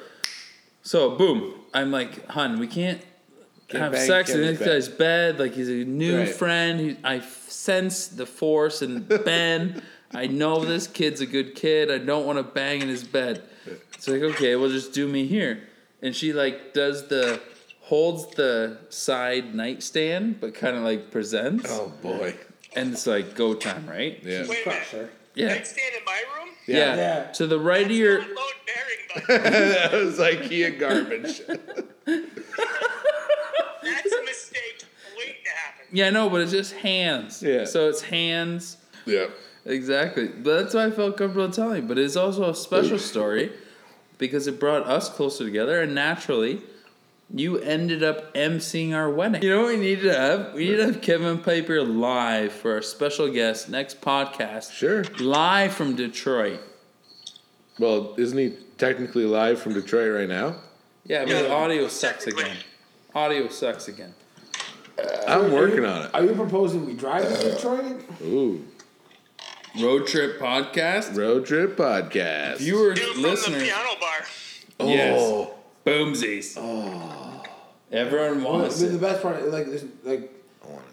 So, boom, I'm like, hun, we can't have
bang
sex in
Kevin's
this guy's bed. Like, he's a new
Right.
friend. He, I f- sense the force in Ben. I know this kid's a good kid. I don't want to bang in his bed. It's like, okay, well, just do me here. And she, like, does the, holds the side nightstand, but kind of, like, presents.
Oh, boy.
And it's like, go time, right?
Yeah.
Wait a minute.
Sure.
Yeah.
Nightstand in my room?
Yeah.
Yeah.
To the right of your.
Not load bearing, but
that was IKEA garbage.
that's a mistake waiting to happen.
Yeah, no, but it's just hands.
Yeah.
So it's hands.
yeah.
Exactly. But that's why I felt comfortable telling. But it's also a special story because it brought us closer together and naturally you ended up emceeing our wedding. You know what we need to have? We need to have Kevin Piper live for our special guest next podcast.
Sure.
Live from Detroit.
Well, isn't he technically live from Detroit right now?
Yeah, but
Yeah.
audio sucks again. Audio sucks again.
I'm working
Are you-
on it.
Are you proposing we drive to Detroit?
Ooh,
Road trip podcast.
road trip podcast.
Viewer
Dude from the
listeners.
piano bar.
oh,
Yes. Boomsies. Everyone
Well,
wants
the
it.
best part, like, this, like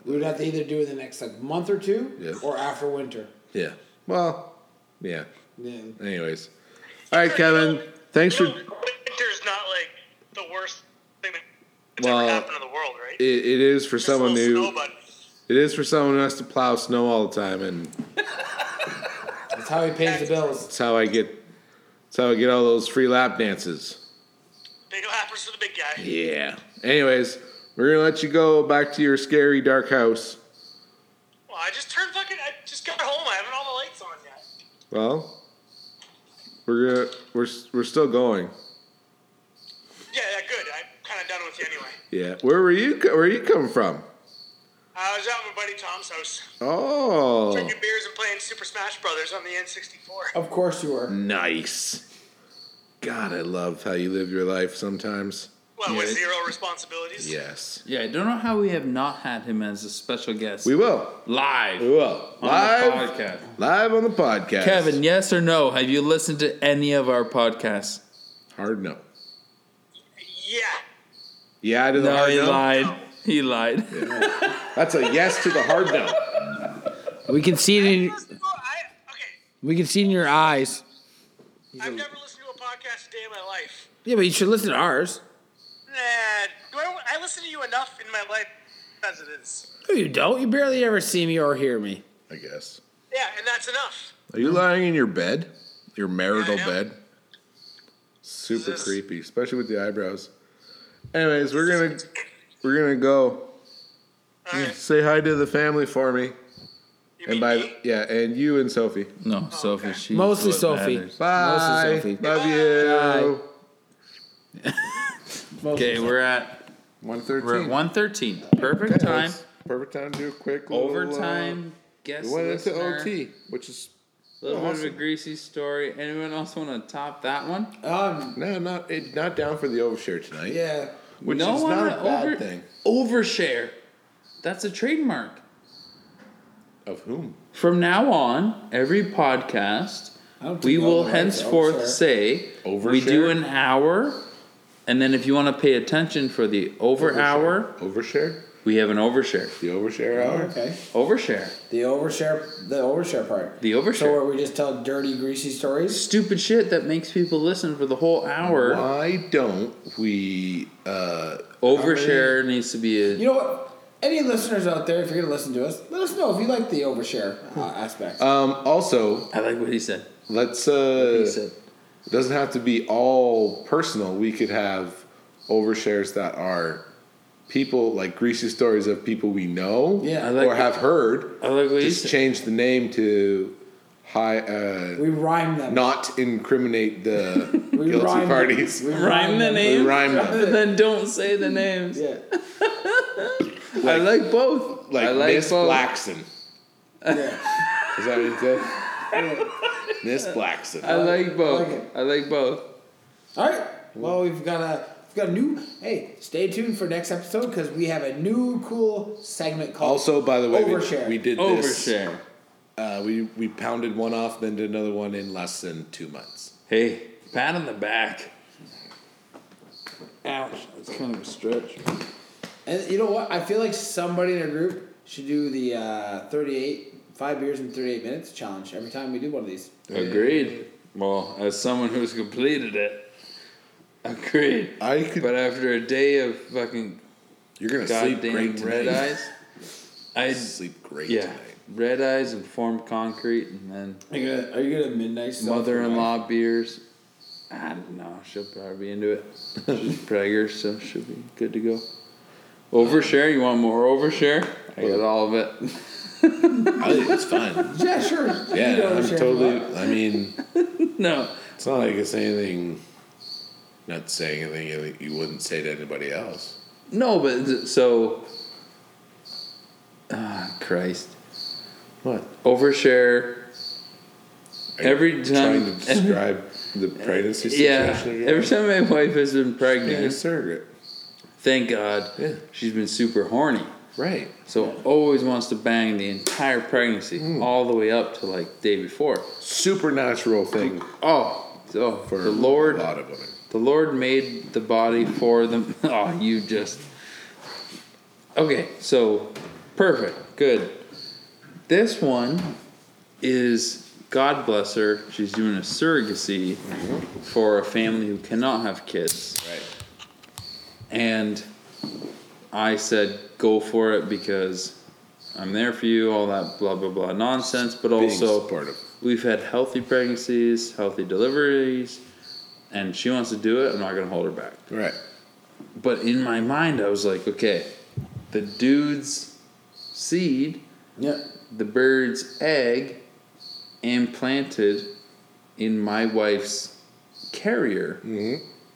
we would have to either do it in the next like month or two,
Yeah.
or after winter.
yeah. Well, yeah.
Yeah.
Anyways, all right, Kevin. Thanks
You
for.
know, winter's not like the worst thing that
Well,
ever happened in the world, right?
It, it is for
Just a
someone
little
new.
snow button.
It is for someone who has to plow snow all the time, and
That's how he pays the bills.
that's how I get. That's how I get all those free lap dances.
They know what happens to the big guy.
Yeah. Anyways, we're gonna let you go back to your scary dark house.
Well, I just turned fucking. I just got home. I haven't all the lights on yet.
Well, we're gonna we're s- we're still going.
Yeah, yeah, good. I'm kind of done with you anyway.
Yeah. Where were you? co- Where you come from?
I was out at my buddy Tom's house,
Oh,
drinking beers and playing Super Smash Brothers on the N64.
Of course you were.
nice. God, I love how you live your life sometimes.
Well, with
Yeah.
zero responsibilities.
Yes.
Yeah, I don't know how we have not had him as a special guest.
We will.
live
We will.
on
Live.
the podcast.
Live on the podcast.
Kevin, yes or no? Have you listened to any of our podcasts?
Hard no.
Yeah.
Yeah, to the
No,
hard
he
no.
lied. He lied.
That's a yes to the hard no.
We can see it
I,
in
okay.
we can see it in your eyes.
I've never listened to a podcast a day in my life.
Yeah, but you should listen to ours.
Nah, do I, I listen to you enough in my life as it is.
No, you don't. You barely ever see me or hear me.
I guess.
Yeah, and that's enough.
Are you lying in your bed? Your marital
Yeah, I am.
bed? Super
This-
creepy, especially with the eyebrows. Anyways, we're gonna we're gonna go.
All right.
Say hi to the family for me.
You mean
And by
me?
yeah, and you and Sophie.
No, Sophie. She
Mostly Sophie.
Bye.
Sophie.
Love you.
Okay, we're at
One
we're at
thirteen.
one thirteen. Perfect time.
Perfect time to do a quick little,
Overtime.
uh,
Guest
we went into
listener.
OT, which is
little bit of a
Awesome.
greasy story. Anyone else want to top that one?
Um,
no, not it, not down for the overshare tonight.
yeah.
which
no
is
one
not a bad
over-
thing.
Overshare. That's a trademark.
Of whom?
From now on, every podcast,
I don't
we
think Oh,
will
I'll
henceforth
overshare.
say we
Overshare?
do an hour, and then if you want to pay attention for the over hour,
Overshare?
we have an overshare.
The overshare
Oh,
hour?
okay.
Overshare.
The overshare, the overshare part.
The
So where
overshare.
we just tell dirty, greasy stories.
Stupid shit that makes people listen for the whole hour.
Why don't we uh
Overshare needs to be a.
You know what? Any listeners out there, if you're gonna listen to us, let us know if you like the overshare uh, aspect.
um also
I like what he said.
let's
He
uh
said.
doesn't have to be all personal. We could have overshares that are people like greasy stories of people we know
Yeah. I
like
or
it.
have heard.
I like what he
Just
said.
change the name to high uh
we rhyme them.
not incriminate the
we
guilty
rhyme them.
parties.
We
Rhyme the name.
rhyme them.
And then don't say the names.
Yeah.
I like both.
Like,
I like
Miss
both.
Blackson.
yeah.
Is that what you said? Miss Blackson.
I like both.
I like it.
I like both.
All right. Well, we've got a we've got a new. Hey, stay tuned for next episode because we have a new cool segment called.
Also, by the way, we,
Overshare.
we did this.
Overshare.
Uh, we we pounded one off, then did another one in less than two months.
Hey, pat on the back. Ouch, that's kind of a stretch.
And you know what? I feel like somebody in our group should do the uh, 38, five beers in 38 minutes challenge every time we do one of these.
Agreed. Well, as someone who's completed it, agreed.
I could.
But after a day of fucking
you're gonna sleep
goddamn
great
red
tonight.
eyes, I
Sleep great
yeah,
tonight.
red eyes and formed concrete, and then
Are you gonna, are you gonna midnight? self
mother-in-law beers. I don't know. She'll probably be into it. She's Prager, so she'll be good to go. Overshare. You want more overshare? I got all of it.
I think it's fun.
tonight? Yeah, sure. You can
Yeah,
overshare
I'm
if you
totally.
want.
I mean,
No.
it's not like it's anything. Not saying anything that you wouldn't say to anybody else.
No, but th- so. Ah, Christ.
What?
Overshare.
Are you
Every
trying to
time-
describe the pregnancy
Yeah.
situation.
Every time my wife has been
yeah,
pregnant,
surrogate.
thank God,
Yeah.
she's been super horny.
Right.
So always wants to bang the entire pregnancy,
Mm.
all the way up to like day before.
Supernatural thing
Oh, oh,
for
the Lord.
A lot of women.
The Lord made the body for them. Oh, you just. Okay, so perfect. Good. This one is God bless her. She's doing a surrogacy for a family who cannot have kids.
Right.
And I said, go for it because I'm there for you, all that blah blah blah nonsense, but
Being
also
supportive.
we've had healthy pregnancies, healthy deliveries, and she wants to do it, I'm not gonna hold her back.
Right.
But in my mind I was like, okay, the dude's seed,
Yeah.
the bird's egg implanted in my wife's carrier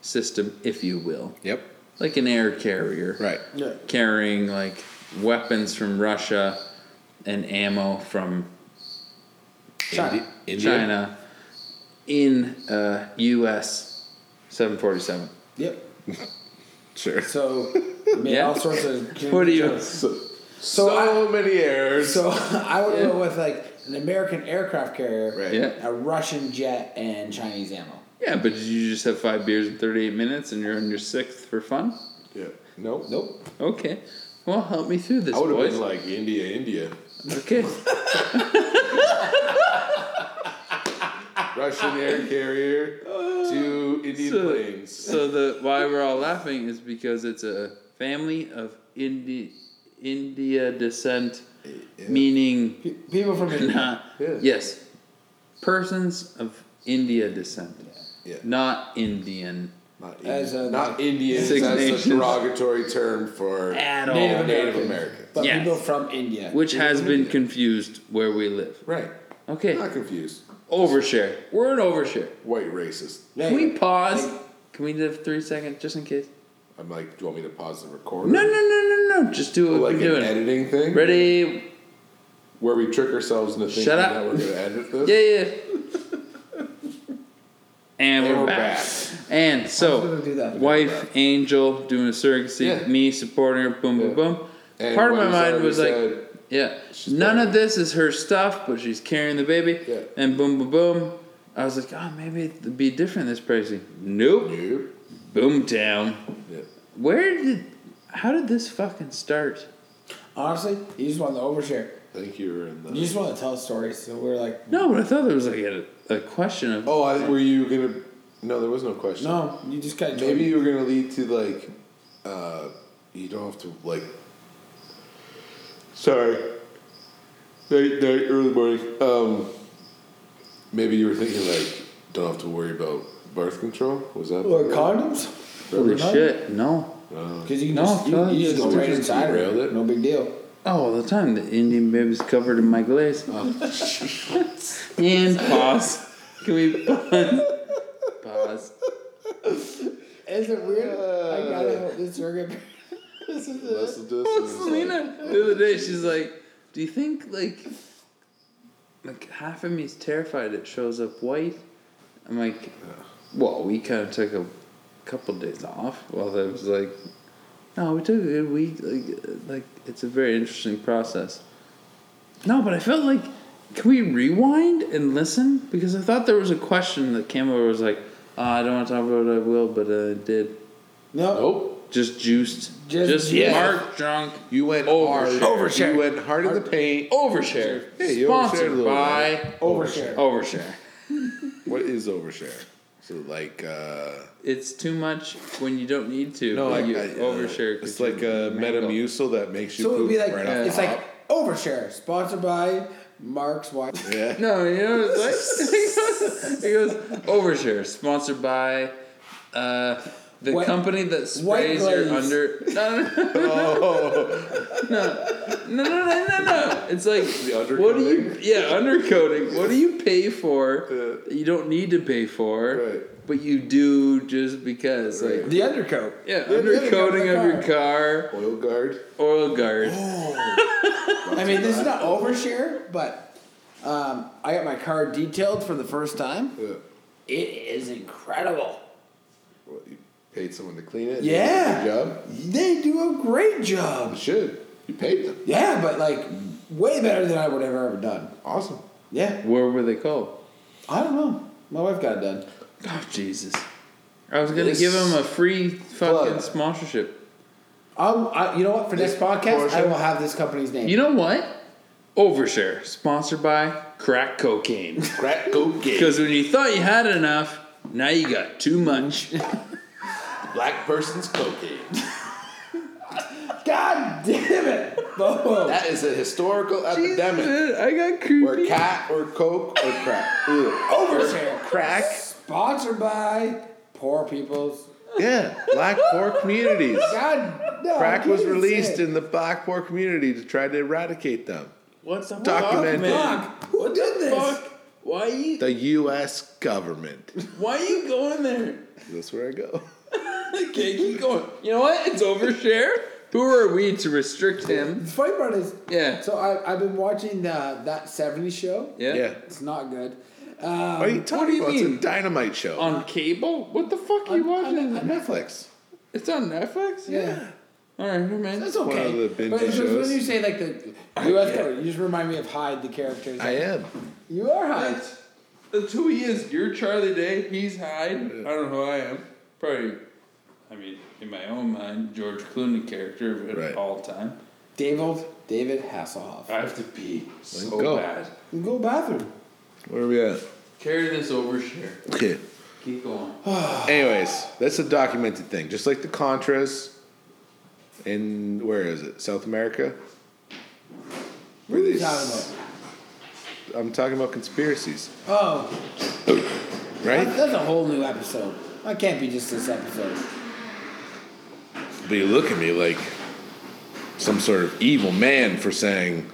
system, if you will.
Yep.
Like an air carrier
Right.
Yeah.
carrying like weapons from Russia and ammo from
China.
India.
China in uh, U.S. 747.
Yep.
Sure.
So, made
Yeah.
all sorts of.
What do you?
So,
So, I,
many errors.
so I would go with like an American aircraft carrier,
Right.
Yeah,
a Russian jet, and Chinese ammo.
yeah, but did you just have five beers in 38 minutes and you're on your sixth for fun?
yeah. Nope.
Nope.
Okay, well help me through this,
I would have
boys.
been like India, India,
okay,
Russian air carrier to Indian
Ah. Uh, So-
planes.
so the why we're all laughing is because it's a family of Indi- India descent, meaning
Pe- people from India.
not
Yeah.
yes persons of india descent
Yeah.
not indian
Not
As a-
Indian. Not Indians.
Six
That's
Nations.
a derogatory term for
at
Native
all
Native
Americans.
Americans.
But
Yes.
people from India.
which has been confused where we live
Right.
okay
Not confused.
overshare we're an overshare
White racist.
Hey,
can we pause can we do three seconds just in case
I'm like, do you want me to pause the recording?
no no no no no just do what
Like an
we're doing
editing thing
ready
where we trick ourselves into thinking
Shut up.
that we're gonna edit this.
yeah yeah
And
and, we're,
we're
back.
back.
and
I was
so
gonna do that.
wife angel doing a surrogacy
Yeah.
me supporting her boom
Yeah.
boom boom
And
part of
what
my
he's
mind
already
was like
said,
Yeah.
She's
None
pregnant.
of this is her stuff, but she's carrying the baby.
Yeah.
And boom, boom, boom. I was like, oh, maybe it'd be different this pregnancy. Nope.
nope.
Boomtown.
Yeah.
Where did, how did this fucking start?
Honestly, you just want to overshare.
I think you were in the.
You just want to tell stories. So we're like,
No, but I thought there was like a, a question of.
oh, I, were you gonna? No, there was no question.
no, you just got
Maybe you were gonna lead to like, uh, you don't have to like. Sorry. Night, night, early morning. Um, maybe you were thinking like, don't have to worry about birth control. Was that?
Or condoms?
Holy shit, no.
Because you can
No,
just, you,
no,
you just
just-
go right
just
inside of
derailed
it.
it.
No big deal.
Oh, all the time. The Indian baby's covered in my glaze. and pause. Can we pause? Pause.
Is it weird? I gotta help this surrogate. this is it.
Listen to this
Well,
and it's like,
Selena the other day, she's like, "Do you think like, like half of me's terrified it shows up white?" I'm like, "Well, we kind of took a couple days off." Well, I was like, "No, we took a good week. Like, uh, like it's a very interesting process." No, but I felt like, can we rewind and listen? Because I thought there was a question that came over. Was like, oh, "I don't want to talk about it. I will, but uh, I did."
No.
Nope.
Just juiced.
Just-
Just,
yeah.
mark drunk.
You went
Overshare.
hard. You went hard in the paint.
Overshare.
Hey, you overshared a
Sponsored
little
by
Overshare.
Oh. Overshare.
What is overshare? So like uh
It's too much when you don't need to. No,
like
you
uh,
I-
overshare. 'cause
It's like
you're
a
mangled.
Metamucil that makes you
So it would
poop
be like,
right
it's
off.
like overshare, sponsored by Mark's wife.
Yeah.
No, you know what it's like? it goes overshare, sponsored by uh, the
White-
company that
White
sprays your
glaze.
under. No, no, no,
Oh.
no, no, no, no, no. It's like
The
what do you? Yeah, undercoating. What do you pay for that you don't need to pay for,
Right.
but you do just because? Like
The undercoat.
Yeah,
The undercoat
undercoating of your car,
Oil guard.
oil guard.
I mean, this is not overshare, but um, I got my car detailed for the first time.
Yeah.
It is incredible.
Well, you paid someone to clean it.
Yeah.
Good job.
They do a great job.
You should. You paid them.
Yeah, but like way better than I would have ever done.
Awesome.
Yeah,
Where were they called?
I don't know. My wife got it done.
Oh Jesus! I was gonna
This-
give them a free fucking
Plug.
sponsorship.
Um, I, you know what? For
This
next podcast, I
portion-
will have this company's name.
You know what? Overshare, sponsored by crack cocaine.
Crack cocaine.
Because when you thought you had enough, now you got too much.
Black person's cocaine.
God damn it! Bobo.
That is a historical epidemic
I got
where
creepy.
cat or coke or crack. Ew.
Overshare.
Crack.
Sponsored by Poor People's.
Yeah, black poor communities.
God, no. I
Crack was
can't even
released
say it.
in the black poor community to try to eradicate them.
what the fuck,
Documented.
man?
Fuck. Who did this?
Fuck. Why you?
The U.S. government.
Why you going there?
That's where I go.
Okay, keep going. You know what? It's overshare. Who are we to restrict him?
Fight Brothers.
Yeah.
So I, I've been watching the, that 70s show.
Yeah.
Yeah.
It's not good. Um,
What are you talking
do you
about?
mean?
It's a dynamite show.
On cable? What the fuck are you watching?
On Netflix.
it's on Netflix.
yeah.
All right, never mind.
That's
one
okay.
of the binge
but it's just
shows.
when you say like the U.S. government, you just remind me of Hyde, the character.
I am.
You are Hyde.
That's, that's who he is. You're Charlie Day. He's Hyde. I don't know who I am. Probably, I mean, in my own mind, George Clooney character of
Right.
all time.
David David Hasselhoff.
I have to pee so
go.
bad.
Go bathroom.
Where are we at?
Carry this over, share.
Okay.
Keep going.
Anyways, that's a documented thing. Just like the Contras in, where is it? South America?
What are you talking about?
I'm talking about conspiracies,
Oh, that-
right?
that's a whole new episode. That can't be just this episode.
But you look at me like some sort of evil man for saying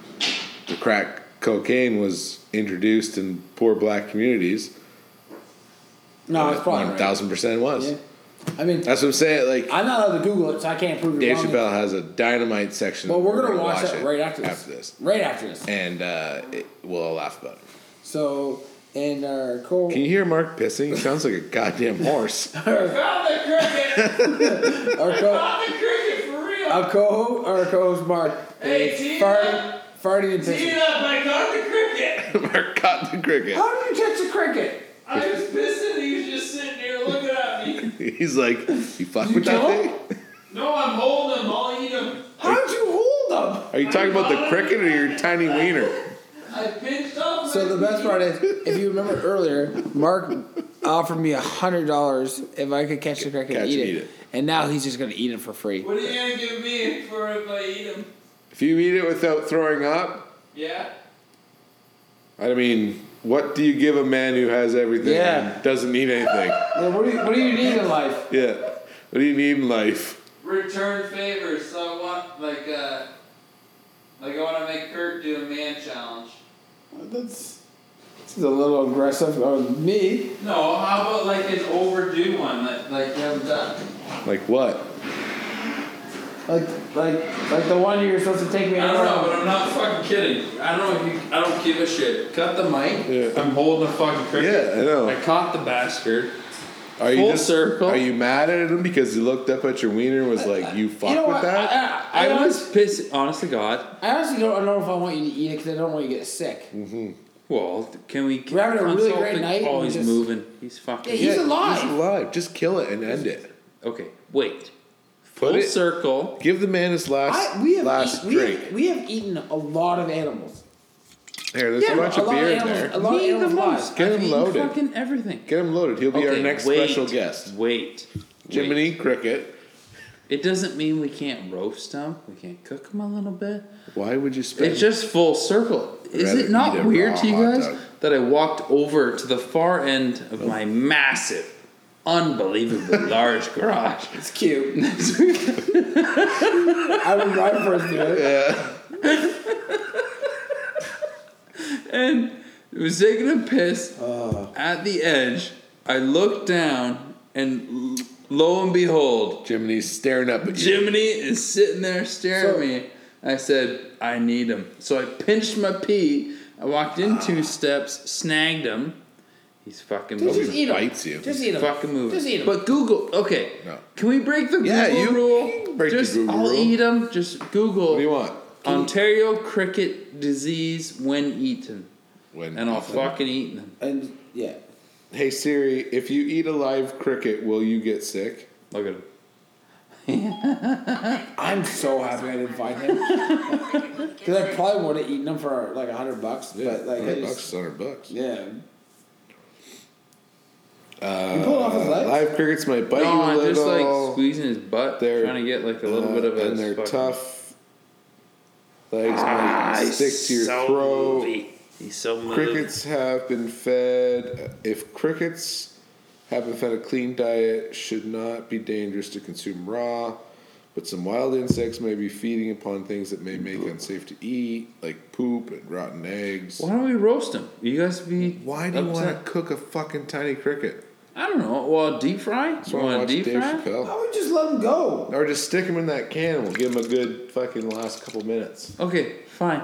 the crack cocaine was introduced in poor black communities.
No, Oh, it's probably
One
right.
thousand percent was.
Yeah. I mean,
That's what I'm saying. Like
I'm not allowed to Google it, so I can't prove it
Dave
wrong.
Chappelle has a dynamite section.
Well,
and
we're gonna
gonna
watch that right after this.
After this,
Right after this.
and uh, it, we'll all laugh about it.
So, and our co.
Can you hear Mark pissing? He sounds like a goddamn horse.
Found the cricket.
our co.
Found the cricket for real.
Our co. Our co-host Mark.
Hey,
is
Tina.
farting, farting and
Eat
pissing.
up! I caught the cricket.
Mark caught the cricket.
How do you catch a cricket?
I was pissing. and He was just sitting there looking at me.
He's like, you fuck with that
kill
thing?
him?
No, I'm holding him. I'll eat him.
How would you hold them?
Are you talking about the cricket or your tiny wiener?
I pinched up.
So the best part is, if you remember earlier, Mark offered me a hundred dollars if I could catch the cricket
Catch
and eat,
and
it.
eat it.
and now he's just gonna eat it for free.
What are you gonna give me for if I eat him?
If you eat it without throwing up,
Yeah.
I mean, what do you give a man who has everything
Yeah.
and doesn't need anything?
Yeah, what, do you, what do you need in life?
Yeah. What do you need in life?
Return favors. So I want like uh, like I want to make Kirk do a man challenge.
That's this is a little aggressive on me.
No, how about like an overdue one that like you haven't done?
Like what?
Like like like the one you're supposed to take me
I don't know,
out.
but I'm not fucking kidding. I don't know if you. I don't give a shit. Cut the mic.
Yeah.
I'm holding a fucking cricket.
Yeah, I know.
I caught the bastard.
Are you
Full
just,
circle.
Are you mad at him because he looked up at your wiener and was like, you fuck
You know
with
what?
that?
I, I, I,
I
honest-
was pissed. Honest to God.
I honestly don't, I don't know if I want you to eat it because I don't want you to get sick.
Well, can we?
We're having a really
consult
great
the-
night
Oh,
and
he's
just-
moving. He's fucking.
Yeah, he's
Yeah,
alive.
He's alive. Just kill it and end it.
okay, wait.
Put
Full
it-
circle.
Give the man his last
I, we have
last
eat- we
drink.
have, we have eaten a lot of animals.
Here, there's a bunch of
lot
beer in
animals-
there.
A lot of
Me the
animals
most.
live.
Get
I've
him
eaten
loaded.
Fucking everything.
Get him loaded. He'll be
okay,
our next
wait,
special guest.
Wait. wait.
Jiminy Cricket.
It doesn't mean we can't roast them. We can't cook them a little bit.
Why would you spend?
It's just full circle. Is
rather
it
eat
not
a
weird
raw
to you
hot
guys
dog. Oh.
that I walked over to the far end of my massive, unbelievably large garage?
It's cute. I would run for a dude.
and it was taking a piss
Ah.
at the edge. I looked down, and l- lo and behold,
Jiminy's staring up at you.
Jiminy is sitting there staring at
So-
me. I said, I need him. So I pinched my pee. I walked in
Ah.
two steps, snagged him. He's fucking
Dude,
moving.
just eat 'em.
bites you.
Just eat 'em.
fucking moving.
Just eat 'em.
But Google, okay.
No.
Can we break the Google
Yeah, you-
rule?
you can break the
Just,
Google
I'll
rule.
eat them. Just Google.
What do you want?
Ontario cricket disease when eaten.
When
And I'll fucking eat them.
and yeah,
Hey Siri, if you eat a live cricket, will you get sick?
Look at him.
I'm so happy I didn't find him because I probably would have eaten him for like a hundred bucks. but like, I
100
just,
bucks is 100 bucks.
yeah. you pulled off his
Uh,
legs.
live crickets might bite
No,
you a
I'm
little.
just like squeezing his butt,
They're-
trying to get like a little
uh,
bit of a.
and they're
fucking-
tough. Legs might stick to your throat.
He's so moved.
Crickets have been fed. If crickets have been fed a clean diet, should not be dangerous to consume raw. But some wild insects may be feeding upon things that may make unsafe to eat, like poop and rotten eggs.
Why don't we roast them? You guys be.
Why do you
upset?
want to cook a fucking tiny cricket?
I don't know. Well, deep fry.
That's
You
why I
want
watch
to
Dave
deep fry?
I
Chappelle.
would just let him go.
Or just stick them in that can. We'll give them a good fucking last couple minutes.
Okay, fine,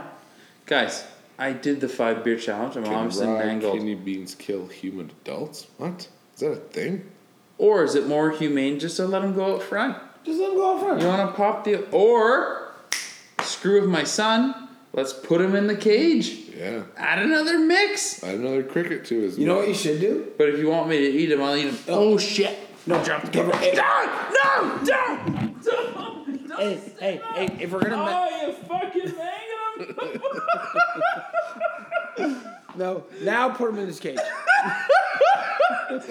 guys. I did the five beer challenge. I'm obviously
raw
mangled.
kidney beans kill human adults? What? Is that a thing?
Or is it more humane just to let them go out front?
Just let him go out front.
You want to pop the or screw with my son? Let's put him in the cage.
Yeah.
Add another mix.
Add another cricket to his
You know
meal.
what you should do?
But if you want me to eat him, I'll eat him.
Oh, shit. No, drop the camera. Hey,
Don't! No! Don't! Don't! Don't!
hey, hey, hey, if we're gonna. ma-
Oh, you fucking mangled him!
no, now put him in his cage.
Right.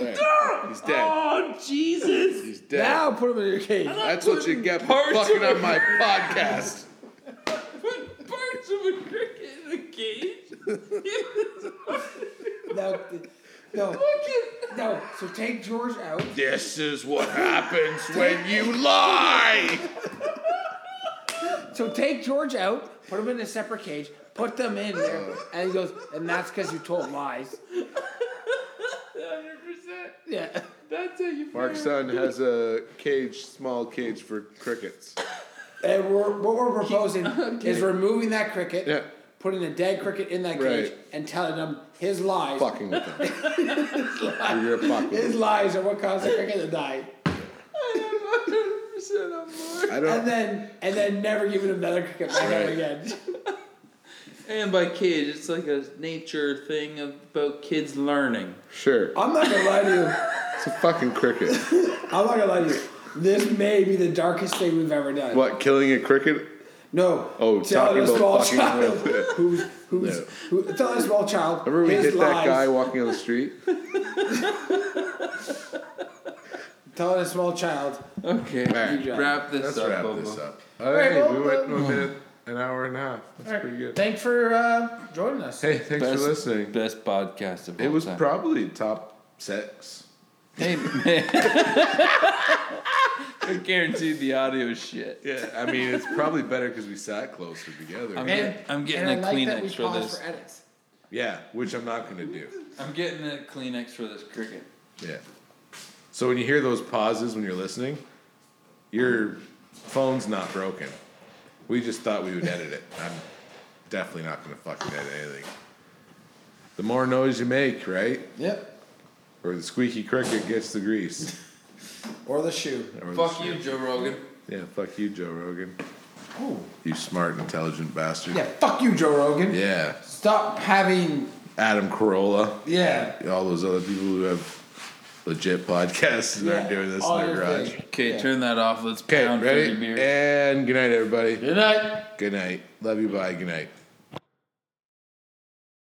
He's dead.
Oh, Jesus!
He's dead.
Now put him in your cage.
That's what you get for
parts
fucking
of
on my podcast.
Put parts of a cricket in the cage.
No, th- no, no. So take George out.
This is what happens when you lie.
So take George out, put him in a separate cage, put them in there, and he goes, and that's because you told lies.
100%.
Yeah.
That's how you
Mark Sun has a cage, small cage for crickets.
And we're, what we're proposing is removing that cricket,
Yeah.
putting a dead cricket in that
Right.
cage, and telling him his lies.
Fucking with them. You're fucking.
His
with
lies are what caused the cricket to die.
them. I
And
don't.
then, and then never giving him another cricket back
Right.
ever again.
And by cage, it's like a nature thing about kids learning.
Sure.
I'm not gonna lie to you.
It's a fucking cricket.
I'm not gonna lie to you. This may be the darkest thing we've ever done.
What? Killing a cricket?
No.
Oh, talking
telling a
about
small
fucking
child
with-
who's who's
No.
who, telling a small child.
Remember we
his
hit
lies,
that guy walking on the street?
Telling a small child.
Okay,
Alright,
wrap this
Let's
up.
wrap
Bobo.
this up. All right,
well,
we went
uh,
to a minute, an hour and a half. That's pretty good.
Thanks for uh, joining us.
Hey, thanks
Best-
for listening.
Best podcast of all
It was
time.
probably top six.
hey, man. I guaranteed the audio is shit.
Yeah, I mean, it's probably better because we sat closer together.
I'm,
And-
get- I'm getting
and I
a
like that we
Kleenex for
paused
this.
For edits.
yeah, which I'm not going to do.
I'm getting a Kleenex for this cricket.
Yeah. So when you hear those pauses when you're listening, your phone's not broken. We just thought we would edit it. I'm definitely not going to fucking edit anything. The more noise you make, right?
Yep.
Or the squeaky cricket gets the grease.
Or the shoe.
Or the
Fuck
shit.
you, Joe Rogan.
Yeah, fuck you, Joe Rogan.
Oh.
You smart, intelligent bastard.
Yeah. Fuck you, Joe Rogan.
Yeah.
Stop having.
Adam Carolla.
Yeah.
All those other people who have legit podcasts and
Yeah,
aren't doing this
all
in their
your
garage.
thing.
Okay,
Yeah.
turn that off. Let's
Okay,
pound 30
ready?
beers.
And good night, everybody.
Good night.
Good night. Love you. Bye. Good night.